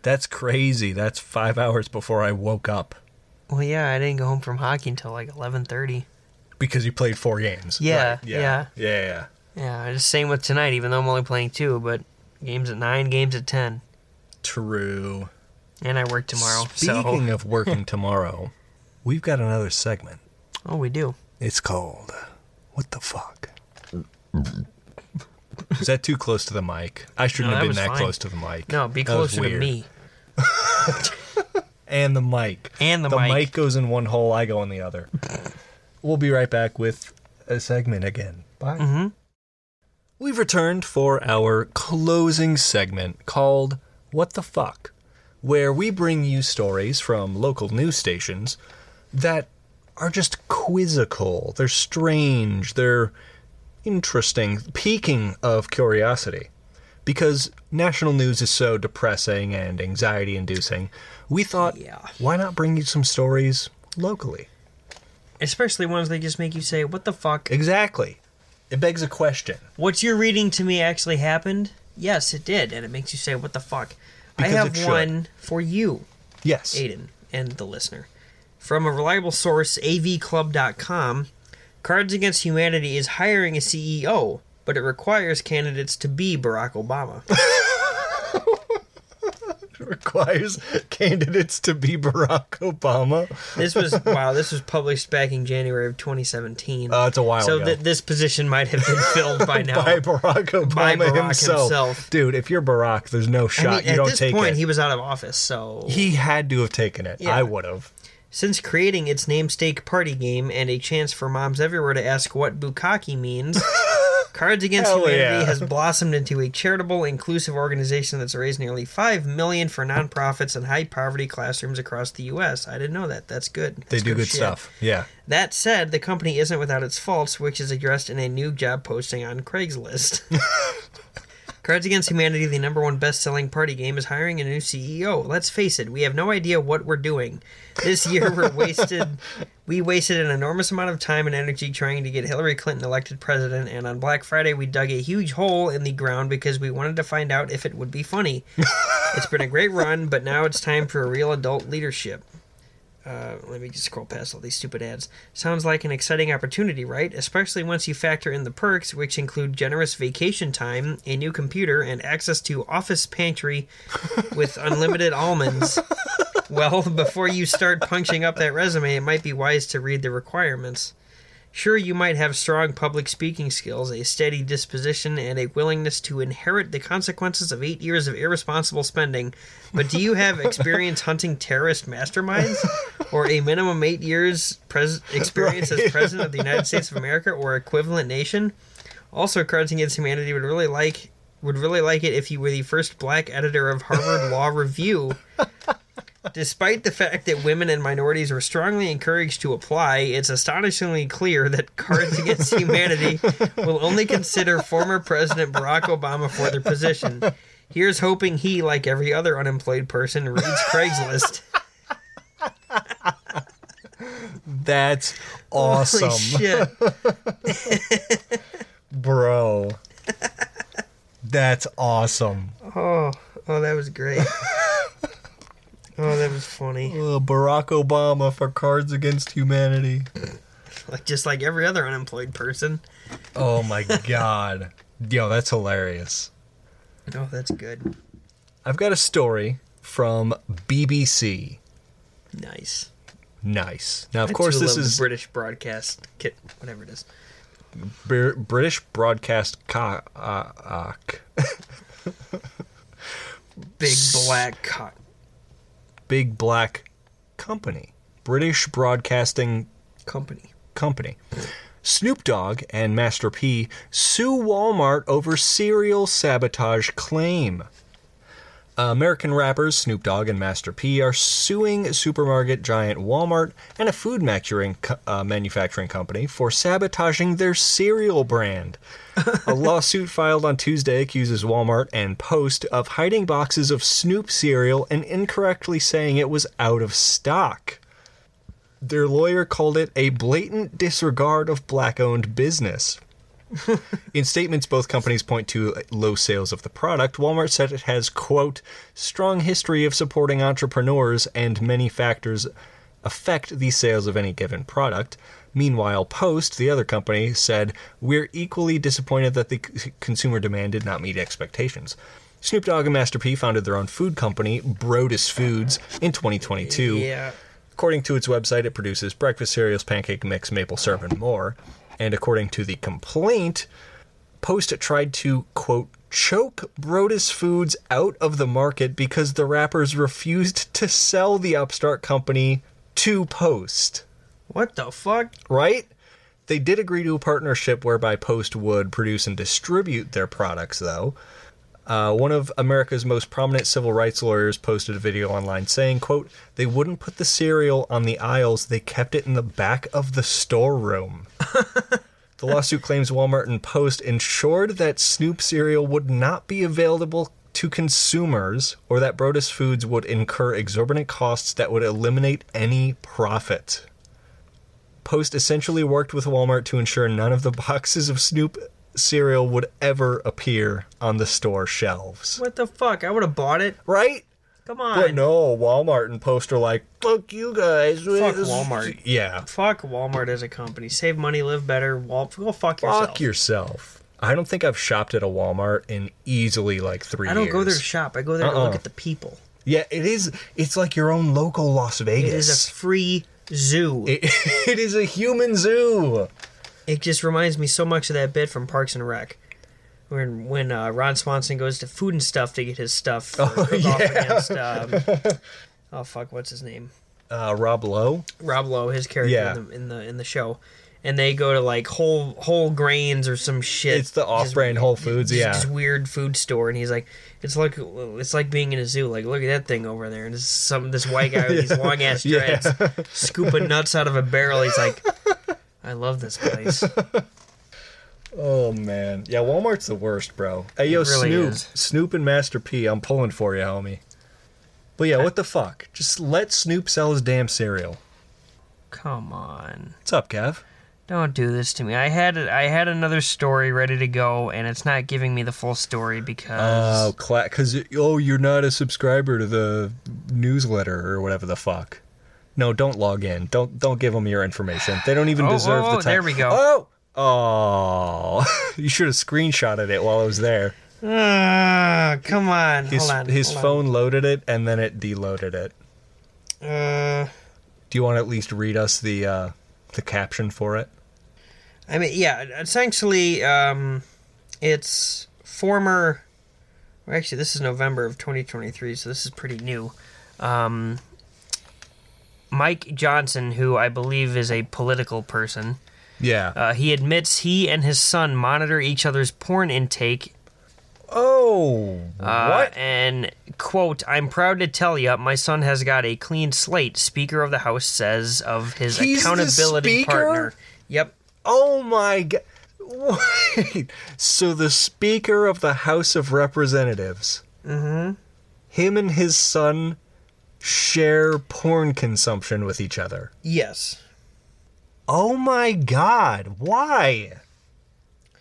Speaker 1: That's crazy. That's five hours before I woke up
Speaker 2: Well, yeah, I didn't go home from hockey until like eleven thirty.
Speaker 1: because you played four games.
Speaker 2: Yeah,
Speaker 1: Right, yeah, yeah, yeah.
Speaker 2: Yeah, it's the same with tonight. Even though I'm only playing two, but games at nine, games at ten,
Speaker 1: True.
Speaker 2: and I work tomorrow.
Speaker 1: Speaking
Speaker 2: so,
Speaker 1: of working tomorrow, we've got another segment.
Speaker 2: oh, we do.
Speaker 1: It's called What the Fuck? Is that too close to the mic? I shouldn't have
Speaker 2: No, that
Speaker 1: been
Speaker 2: was
Speaker 1: that
Speaker 2: fine.
Speaker 1: close to the mic.
Speaker 2: No, be
Speaker 1: That was
Speaker 2: closer to
Speaker 1: weird.
Speaker 2: me.
Speaker 1: And the mic.
Speaker 2: And the
Speaker 1: The
Speaker 2: mic.
Speaker 1: mic goes in one hole, I go in the other. we'll be right back with a segment again. Bye.
Speaker 2: Mhm.
Speaker 1: We've returned for our closing segment called What the Fuck, where we bring you stories from local news stations that are just quizzical. They're strange. They're interesting, piquing of curiosity. Because national news is so depressing and anxiety inducing, we thought,
Speaker 2: Yeah.
Speaker 1: why not bring you some stories locally?
Speaker 2: Especially ones that just make you say, "What the fuck?
Speaker 1: Exactly. It begs a question.
Speaker 2: What you're reading to me actually happened?" Yes, it did, and it makes you say, "What the fuck?"
Speaker 1: Because
Speaker 2: I
Speaker 1: it
Speaker 2: have
Speaker 1: should.
Speaker 2: one for you.
Speaker 1: Yes.
Speaker 2: Aiden and the listener. From a reliable source, avclub.com, Cards Against Humanity is hiring a E CEO, but it requires candidates to be Barack Obama.
Speaker 1: requires candidates to be Barack Obama.
Speaker 2: This was wow. This was published back in January of 2017.
Speaker 1: Uh, it's a while
Speaker 2: so
Speaker 1: ago.
Speaker 2: th- this position might have been filled by now.
Speaker 1: By Barack Obama
Speaker 2: By Barack
Speaker 1: himself.
Speaker 2: himself.
Speaker 1: Dude, if you're Barack, there's no
Speaker 2: I
Speaker 1: shot.
Speaker 2: mean,
Speaker 1: you
Speaker 2: at
Speaker 1: don't
Speaker 2: this
Speaker 1: take
Speaker 2: point,
Speaker 1: it.
Speaker 2: he was out of office. So
Speaker 1: He had to have taken it.
Speaker 2: Yeah.
Speaker 1: I would have.
Speaker 2: since creating its namesake party game and a chance for moms everywhere to ask what bukkake means. Cards Against
Speaker 1: Hell
Speaker 2: Humanity
Speaker 1: yeah.
Speaker 2: has blossomed into a charitable, inclusive organization that's raised nearly five million for nonprofits and high poverty classrooms across the U.S. I didn't know that. That's good.
Speaker 1: They
Speaker 2: That's
Speaker 1: do good
Speaker 2: shit.
Speaker 1: stuff. Yeah.
Speaker 2: That said, the company isn't without its faults, which is addressed in a new job posting on Craigslist. Cards Against Humanity, the number one best selling party game, is hiring a new CEO. Let's face it, we have no idea what we're doing. This year we're wasted we wasted an enormous amount of time and energy trying to get Hillary Clinton elected president, and on Black Friday we dug a huge hole in the ground because we wanted to find out if it would be funny. it's been a great run, but now it's time for a real adult leadership. Uh, let me just scroll past all these stupid ads. Sounds like an exciting opportunity, right? Especially once you factor in the perks, which include generous vacation time, a new computer, and access to office pantry with unlimited almonds. Well, before you start punching up that resume, it might be wise to read the requirements. Sure, you might have strong public speaking skills, a steady disposition, and a willingness to inherit the consequences of eight years of irresponsible spending, but do you have experience hunting terrorist masterminds? Or a minimum eight years pres- experience as president of the United States of America or equivalent nation? Also, Cards Against Humanity would really like would really like it if you were the first black editor of Harvard Law Review. Despite the fact that women and minorities were strongly encouraged to apply, it's astonishingly clear that Cards Against Humanity will only consider former President Barack Obama for the position. Here's hoping he, like every other unemployed person, reads Craigslist.
Speaker 1: That's awesome.
Speaker 2: Holy shit.
Speaker 1: Bro. That's awesome.
Speaker 2: Oh, oh, that was great. Oh, that was funny.
Speaker 1: Uh, Barack Obama for Cards Against Humanity.
Speaker 2: Like just like every other unemployed person.
Speaker 1: Oh my god. Yo, that's hilarious.
Speaker 2: Oh, that's good.
Speaker 1: I've got a story from BBC.
Speaker 2: Nice.
Speaker 1: Nice. Now, of
Speaker 2: I
Speaker 1: course,
Speaker 2: too
Speaker 1: this
Speaker 2: love the
Speaker 1: is
Speaker 2: British broadcast kit, whatever it is.
Speaker 1: Br- British broadcast co- uh, uh, c-
Speaker 2: Big black cock.
Speaker 1: big black company. British Broadcasting
Speaker 2: company.
Speaker 1: Company. Snoop Dogg and Master P sue Walmart over cereal sabotage claim. American rappers Snoop Dogg and Master P are suing supermarket giant Walmart and a food manufacturing, co- uh, manufacturing company for sabotaging their cereal brand. a lawsuit filed on Tuesday accuses Walmart and Post of hiding boxes of Snoop cereal and incorrectly saying it was out of stock. Their lawyer called it a blatant disregard of black owned business. In statements, both companies point to low sales of the product. Walmart said it has, quote, strong history of supporting entrepreneurs and many factors affect the sales of any given product. Meanwhile, Post, the other company, said, We're equally disappointed that the c- consumer demand did not meet expectations. Snoop Dogg and Master P founded their own food company, Brodus Foods, in 2022.
Speaker 2: Yeah.
Speaker 1: According to its website, it produces breakfast cereals, pancake mix, maple syrup, and more. And according to the complaint, Post tried to, quote, choke Brodus Foods out of the market because the rappers refused to sell the upstart company to Post
Speaker 2: What the fuck?
Speaker 1: right? They did agree to a partnership whereby Post would produce and distribute their products, though. Uh, one of America's most prominent civil rights lawyers posted a video online saying, quote, they wouldn't put the cereal on the aisles, they kept it in the back of the storeroom. the lawsuit claims Walmart and Post ensured that Snoop cereal would not be available to consumers or that Brodus Foods would incur exorbitant costs that would eliminate any profit. Post essentially worked with Walmart to ensure none of the boxes of Snoop cereal would ever appear on the store shelves.
Speaker 2: What the fuck? I would have bought it.
Speaker 1: Right?
Speaker 2: Come on.
Speaker 1: But no, Walmart and Post are like, fuck you guys.
Speaker 2: Fuck Walmart.
Speaker 1: Yeah.
Speaker 2: Fuck Walmart as a company. Save money, live better. Wal- go fuck yourself.
Speaker 1: Fuck yourself. I don't think I've shopped at a Walmart in easily like three
Speaker 2: I don't go there
Speaker 1: years.
Speaker 2: to shop. I go there to
Speaker 1: Uh-uh.
Speaker 2: look at the people.
Speaker 1: Yeah, it is. It's like your own local Las Vegas.
Speaker 2: It is a free zoo. It,
Speaker 1: It- it is a human zoo.
Speaker 2: just reminds me so much of that bit from Parks and Rec. When, when uh, Ron Swanson goes to Food and Stuff to get his stuff for
Speaker 1: Oh,
Speaker 2: cook off
Speaker 1: yeah.
Speaker 2: against, um, oh fuck, what's his name?
Speaker 1: Uh, Rob Lowe.
Speaker 2: Rob Lowe, his character
Speaker 1: Yeah.
Speaker 2: in, the, in the in the show, and they go to like whole whole grains or some shit.
Speaker 1: It's the
Speaker 2: Just-
Speaker 1: off-brand Whole Foods.
Speaker 2: just-
Speaker 1: Yeah.
Speaker 2: just weird food store, and he's like, it's like it's like being in a zoo. Like, look at that thing over there, and this some this white guy with these long ass
Speaker 1: Yeah.
Speaker 2: dreads scooping nuts out of a barrel. He's like, I love this place.
Speaker 1: Oh man. Yeah, Walmart's the worst, bro. Hey yo,
Speaker 2: It really
Speaker 1: Snoop,
Speaker 2: is.
Speaker 1: Snoop and Master P, I'm pulling for you, homie. But yeah, what the fuck? Just let Snoop sell his damn cereal.
Speaker 2: Come on,
Speaker 1: What's up, Kev?
Speaker 2: don't do this to me. I had I had another story ready to go, and it's not giving me the full story because
Speaker 1: Oh, cla- cause it- oh, you're not a subscriber to the newsletter or whatever the fuck. No, don't log in. Don't don't give them your information. They don't even
Speaker 2: Oh,
Speaker 1: deserve
Speaker 2: oh,
Speaker 1: the
Speaker 2: oh,
Speaker 1: time.
Speaker 2: there we go.
Speaker 1: Oh, oh, you should have screenshotted it while I was there.
Speaker 2: Ah, come on,
Speaker 1: Uh, His
Speaker 2: hold on,
Speaker 1: his
Speaker 2: hold on.
Speaker 1: phone loaded it and then it deloaded it.
Speaker 2: Uh,
Speaker 1: Do you want to at least read us the uh, the caption for it?
Speaker 2: I mean, yeah, essentially, um, it's former. Well, actually, this is November of 2023, so this is pretty new. Um, Mike Johnson, who I believe is a political person,
Speaker 1: Yeah.
Speaker 2: uh, he admits he and his son monitor each other's porn intake
Speaker 1: oh,
Speaker 2: Uh,
Speaker 1: what?
Speaker 2: And quote, I'm proud to tell you, my son has got a clean slate. Speaker of the House says of his
Speaker 1: He's the
Speaker 2: accountability
Speaker 1: Speaker?
Speaker 2: partner. Yep.
Speaker 1: Oh my god. Wait. So the Speaker of the House of Representatives. Mm-hmm. Him and his son share porn consumption with each other.
Speaker 2: Yes.
Speaker 1: Oh my god. Why?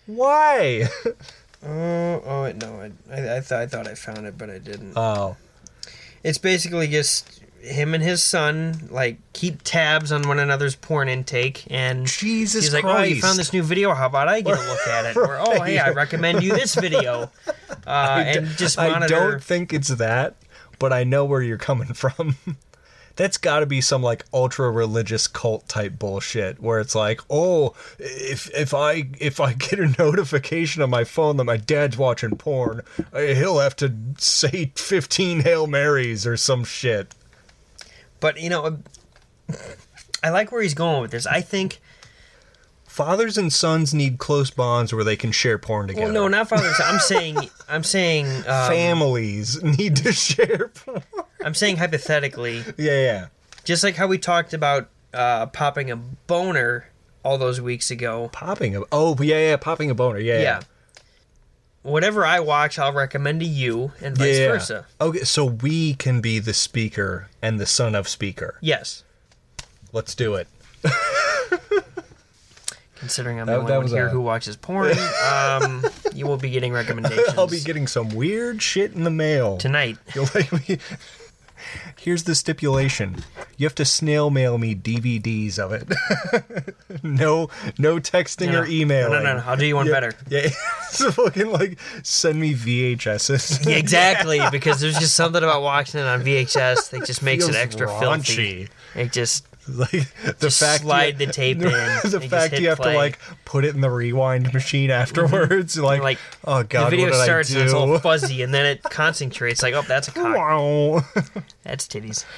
Speaker 1: Why?
Speaker 2: Oh, oh wait, no! I, I, I, th- I thought I found it, but I didn't.
Speaker 1: Oh.
Speaker 2: it's basically just him and his son like keep tabs on one another's porn intake, and
Speaker 1: Jesus
Speaker 2: he's like,
Speaker 1: Christ.
Speaker 2: "Oh, you found this new video? How about I get a look at it?" Or, "Oh, hey, I recommend you this video," uh, and just monitor.
Speaker 1: I don't think it's that, but I know where you're coming from. That's got to be some like ultra religious cult type bullshit where it's like, "Oh, if if I if I get a notification on my phone that my dad's watching porn, uh, he'll have to say 15 Hail Marys or some shit."
Speaker 2: But you know, I like where he's going with this. I think.
Speaker 1: Fathers and sons need close bonds where they can share porn together.
Speaker 2: Well, no, not father. and son. I'm saying. I'm saying. Um,
Speaker 1: families need to share porn.
Speaker 2: I'm saying hypothetically,
Speaker 1: Yeah, yeah.
Speaker 2: just like how we talked about uh, popping a boner all those weeks ago.
Speaker 1: Popping a Oh, yeah, yeah, popping a boner. Yeah.
Speaker 2: Yeah.
Speaker 1: yeah.
Speaker 2: Whatever I watch, I'll recommend to you, and vice versa.
Speaker 1: Okay, so we can be the speaker and the son of speaker.
Speaker 2: Yes.
Speaker 1: Let's do it.
Speaker 2: Considering I'm
Speaker 1: That-
Speaker 2: the only
Speaker 1: that
Speaker 2: one
Speaker 1: was
Speaker 2: here
Speaker 1: odd.
Speaker 2: who watches porn, um, you will be getting recommendations
Speaker 1: I'll be getting some weird shit in the mail.
Speaker 2: tonight.
Speaker 1: You'll like me. Here's the stipulation. You have to snail mail me DVDs of it. no no texting
Speaker 2: No,
Speaker 1: or emailing.
Speaker 2: No, no, no. I'll do you one better.
Speaker 1: Yeah, so fucking like send me VHSs.
Speaker 2: Yeah, exactly, because there's just something about watching it on VHS that just makes it
Speaker 1: Feels
Speaker 2: extra filthy.
Speaker 1: raunchy.
Speaker 2: It just
Speaker 1: like the fact you-
Speaker 2: slide the tape in
Speaker 1: the
Speaker 2: and just
Speaker 1: fact
Speaker 2: hit
Speaker 1: you have
Speaker 2: play. Mm-hmm.
Speaker 1: to like put it in the rewind machine afterwards. Like,
Speaker 2: like
Speaker 1: oh god,
Speaker 2: the video
Speaker 1: what did
Speaker 2: starts
Speaker 1: I do?
Speaker 2: and it's all fuzzy, and then it concentrates. Like, oh, that's a cock.
Speaker 1: Wow.
Speaker 2: That's titties.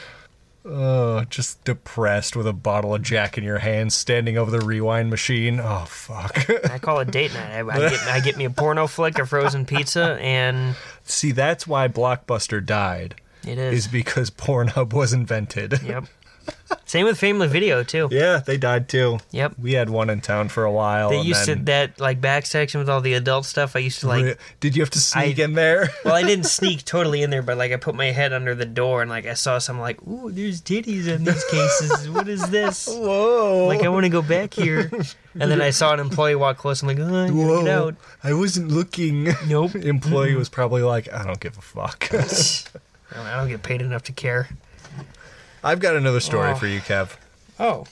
Speaker 1: Oh, just depressed with a bottle of Jack in your hand, standing over the rewind machine. Oh fuck.
Speaker 2: I call it date night. I, I get I get me a porno flick, a frozen pizza, and
Speaker 1: See, that's why Blockbuster died.
Speaker 2: it
Speaker 1: Is
Speaker 2: is.
Speaker 1: because Pornhub was invented.
Speaker 2: Yep. Same with Family Video too.
Speaker 1: Yeah, they died too.
Speaker 2: Yep.
Speaker 1: We had one in town for a while.
Speaker 2: They
Speaker 1: and
Speaker 2: used to
Speaker 1: then-
Speaker 2: that like back section with all the adult stuff. I used to like.
Speaker 1: Did you have to sneak
Speaker 2: I-
Speaker 1: in there?
Speaker 2: Well, I didn't sneak totally in there, but like I put my head under the door and like I saw some like, ooh, there's titties in these cases. What is this?
Speaker 1: Whoa.
Speaker 2: Like I want to go back here. And then I saw an employee walk close. I'm like, oh, I gotta get
Speaker 1: Whoa.
Speaker 2: out. Mm-hmm.
Speaker 1: I wasn't looking.
Speaker 2: Nope.
Speaker 1: employee was probably like, I don't give a fuck.
Speaker 2: I don't- I don't get paid enough to care.
Speaker 1: I've got another story
Speaker 2: Oh.
Speaker 1: for you, Kev.
Speaker 2: Oh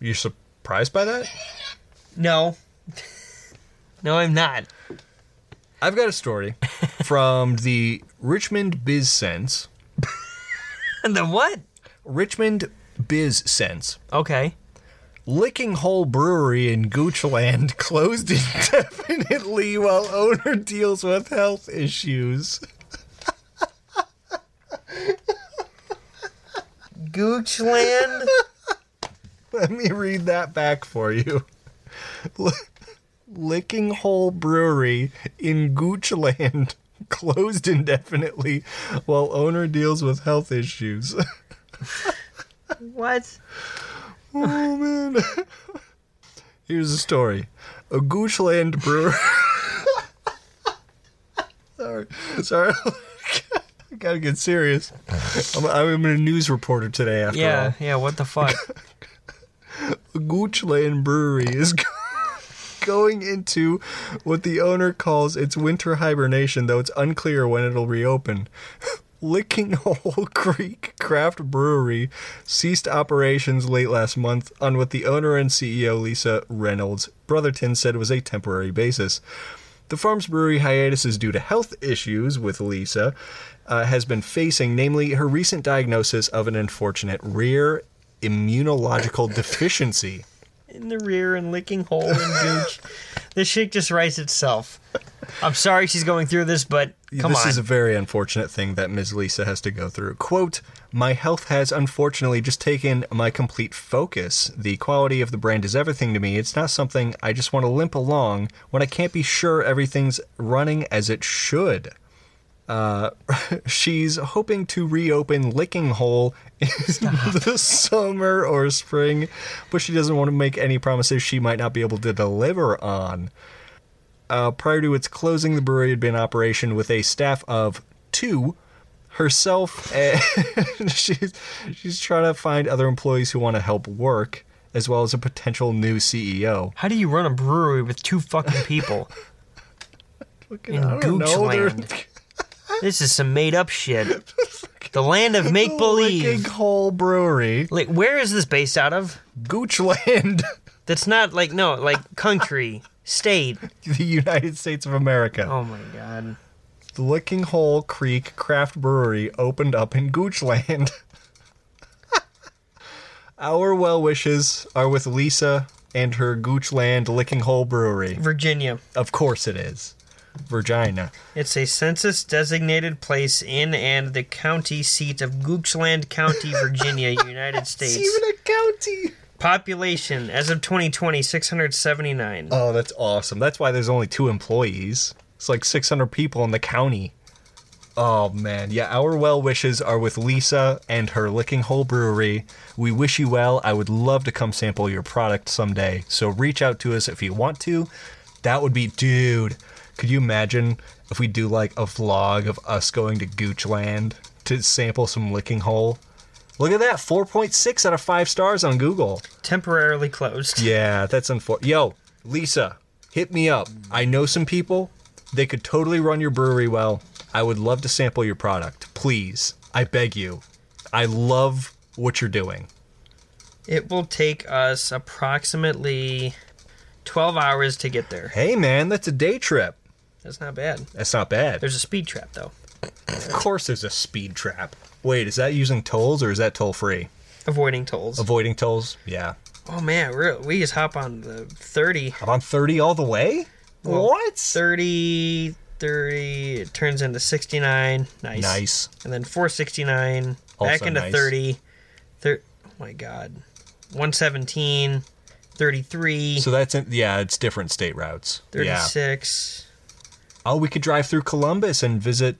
Speaker 1: You surprised by that?
Speaker 2: no, no, I'm not.
Speaker 1: I've got a story from the Richmond Biz Sense.
Speaker 2: the what?
Speaker 1: Richmond Biz Sense.
Speaker 2: Okay.
Speaker 1: Licking Hole Brewery in Goochland closed indefinitely while owner deals with health issues.
Speaker 2: Goochland?
Speaker 1: Let me read that back for you. Li- Licking Hole Brewery in Goochland closed indefinitely while owner deals with health issues.
Speaker 2: what?
Speaker 1: Oh man. Here's the story. A Goochland brewer. sorry, sorry. I gotta get serious. I'm, I'm a news reporter today, after
Speaker 2: Yeah, yeah, what the fuck?
Speaker 1: all. A Goochland brewery is go- going into what the owner calls its winter hibernation, though it's unclear when it'll reopen. Licking Hole Creek Craft Brewery ceased operations late last month on what the owner and CEO Lisa Reynolds Brotherton said was a temporary basis. The farm's brewery hiatus is due to health issues with Lisa uh, has been facing, namely her recent diagnosis of an unfortunate rare immunological deficiency.
Speaker 2: In the rear and licking hole and gooch. this shit just writes itself. I'm sorry she's going through this, but come
Speaker 1: this
Speaker 2: on.
Speaker 1: is a very unfortunate thing that Ms. Lisa has to go through. Quote, My health has unfortunately just taken my complete focus. The quality of the brand is everything to me. It's not something I just want to limp along when I can't be sure everything's running as it should. Uh, she's hoping to reopen Licking Hole in the summer or spring, but she doesn't want to make any promises she might not be able to deliver on. Uh, prior to its closing, the brewery had been in operation with a staff of two. Herself, and she's she's trying to find other employees who want to help work, as well as a potential new E CEO.
Speaker 2: How do you run a brewery with two fucking people?
Speaker 1: Fucking,
Speaker 2: In
Speaker 1: I don't know, they're-
Speaker 2: Goochland. this is some made up shit. The land of make believe.
Speaker 1: Licking Hole Brewery,
Speaker 2: Like, where is this based out of?
Speaker 1: Goochland,
Speaker 2: That's not like no, like country, state.
Speaker 1: the United States of America.
Speaker 2: Oh my god.
Speaker 1: The Licking Hole Creek Craft Brewery opened up in Goochland. Our well wishes are with Lisa and her Goochland Licking Hole Brewery.
Speaker 2: Virginia.
Speaker 1: Of course it is. Virginia.
Speaker 2: It's a census designated place in and the county seat of Goochland County, Virginia, United States.
Speaker 1: a county.
Speaker 2: Population as of 2020 679.
Speaker 1: Oh, that's awesome. That's why there's only two employees. It's like 600 people in the county. Oh, man. Yeah, our well wishes are with Lisa and her Licking Hole Brewery. We wish you well. I would love to come sample your product someday. So reach out to us if you want to. That would be, dude, could you imagine if we do like a vlog of us going to Goochland to sample some Licking Hole? Look at that 4.6 out of 5 stars on Google.
Speaker 2: Temporarily closed.
Speaker 1: Yeah, that's unfortunate. Yo, Lisa, hit me up. I know some people. They could totally run your brewery well. I would love to sample your product. Please. I beg you. I love what you're doing.
Speaker 2: It will take us approximately 12 hours to get there.
Speaker 1: Hey, man, that's a day trip.
Speaker 2: That's not bad.
Speaker 1: That's not bad.
Speaker 2: There's a speed trap, though.
Speaker 1: of course, there's a speed trap. Wait, is that using tolls or is that toll free?
Speaker 2: Avoiding tolls.
Speaker 1: Avoiding tolls? Yeah.
Speaker 2: Oh man, we're, we just hop on the 30.
Speaker 1: I'm on 30 all the way? what?
Speaker 2: 30, 30, it turns into 69. Nice.
Speaker 1: Nice.
Speaker 2: And then 469, back
Speaker 1: Also
Speaker 2: into
Speaker 1: nice.
Speaker 2: 30. Thir- oh my god. 117, 33,
Speaker 1: So that's, in, yeah, it's different state routes. Yeah.
Speaker 2: 36.
Speaker 1: Oh, we could drive through Columbus and visit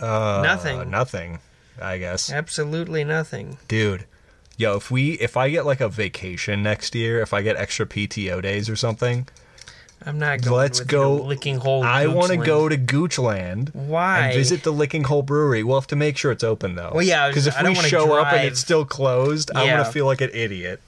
Speaker 2: nothing.
Speaker 1: Uh, nothing, I guess.
Speaker 2: Absolutely nothing.
Speaker 1: Dude, yo, if we if I get like a vacation next year, if I get extra PTO days or something,
Speaker 2: I'm not going
Speaker 1: Let's
Speaker 2: with
Speaker 1: go-
Speaker 2: your licking hole.
Speaker 1: I want to
Speaker 2: Goochland.
Speaker 1: go to Goochland.
Speaker 2: Why?
Speaker 1: And visit the Licking Hole Brewery. We'll have to make sure it's open though.
Speaker 2: Well, yeah, I was-
Speaker 1: because if
Speaker 2: I
Speaker 1: we
Speaker 2: don't wanna
Speaker 1: show up and
Speaker 2: drive.
Speaker 1: it's still closed, I'm
Speaker 2: Yeah.
Speaker 1: gonna feel like an idiot.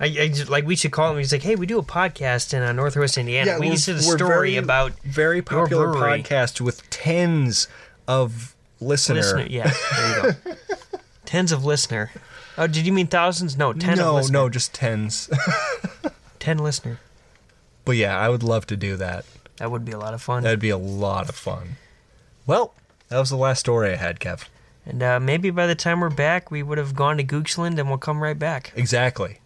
Speaker 2: I, I just, like we should call him. He's like, "Hey, we do a podcast in uh, Northwest Indiana. we
Speaker 1: we're-
Speaker 2: used to do a
Speaker 1: we're
Speaker 2: story
Speaker 1: very-
Speaker 2: about
Speaker 1: very popular
Speaker 2: brewery.
Speaker 1: podcast with tens of listeners.
Speaker 2: listener." Yeah, there you go. tens of listener. Oh, did you mean thousands? No, ten. of
Speaker 1: no,
Speaker 2: listener.
Speaker 1: no, just tens.
Speaker 2: ten listener.
Speaker 1: but yeah, I would love to do that.
Speaker 2: That would be a lot of fun.
Speaker 1: That'd be a lot of fun. Well, that was the last story I had, Kev.
Speaker 2: And uh, maybe by the time we're back, we would have gone to Goochland and we'll come right back.
Speaker 1: Exactly.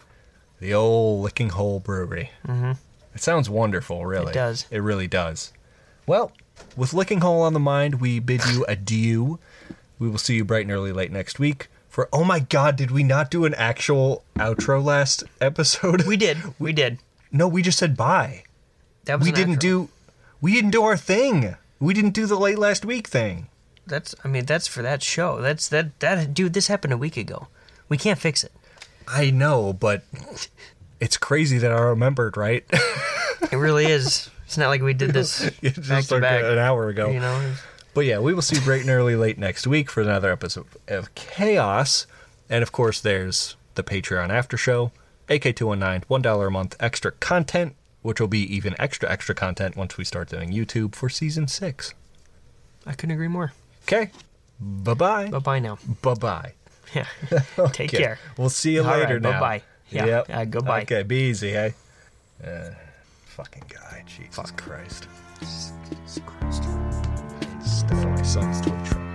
Speaker 1: The old Licking Hole Brewery. Mm-hmm. It sounds wonderful, really.
Speaker 2: It does.
Speaker 1: It really does. Well, with Licking Hole on the mind, we bid you adieu. We will see you bright and early late next week. For oh my god, did we not do an actual outro last episode?
Speaker 2: We did. We did.
Speaker 1: no, we just said bye.
Speaker 2: That was
Speaker 1: We
Speaker 2: an
Speaker 1: didn't do
Speaker 2: outro.
Speaker 1: we didn't do our thing. We didn't do the late last week thing.
Speaker 2: That's. I mean, that's for that show. That's that. That dude. This happened a week ago. We can't fix it.
Speaker 1: I know, but it's crazy that I remembered, right?
Speaker 2: It really is. It's not like we did this
Speaker 1: It's
Speaker 2: back
Speaker 1: just
Speaker 2: to
Speaker 1: like
Speaker 2: back.
Speaker 1: an hour ago.
Speaker 2: You know.
Speaker 1: But yeah, we will see you bright and early late next week for another episode of Chaos. And of course, there's the Patreon after show, AK219, $1 a month extra content, which will be even extra, extra content once we start doing YouTube for season six.
Speaker 2: I couldn't agree more.
Speaker 1: Okay. Bye bye.
Speaker 2: Bye bye now.
Speaker 1: Bye bye.
Speaker 2: Yeah. Take care.
Speaker 1: We'll see you
Speaker 2: All
Speaker 1: later
Speaker 2: right,
Speaker 1: now.
Speaker 2: bye-bye. Yeah,
Speaker 1: Yep.
Speaker 2: uh, goodbye.
Speaker 1: Okay, be easy, hey? Uh, fucking guy. Jesus Christ. Jesus Christ. Stuff my son's toy truck.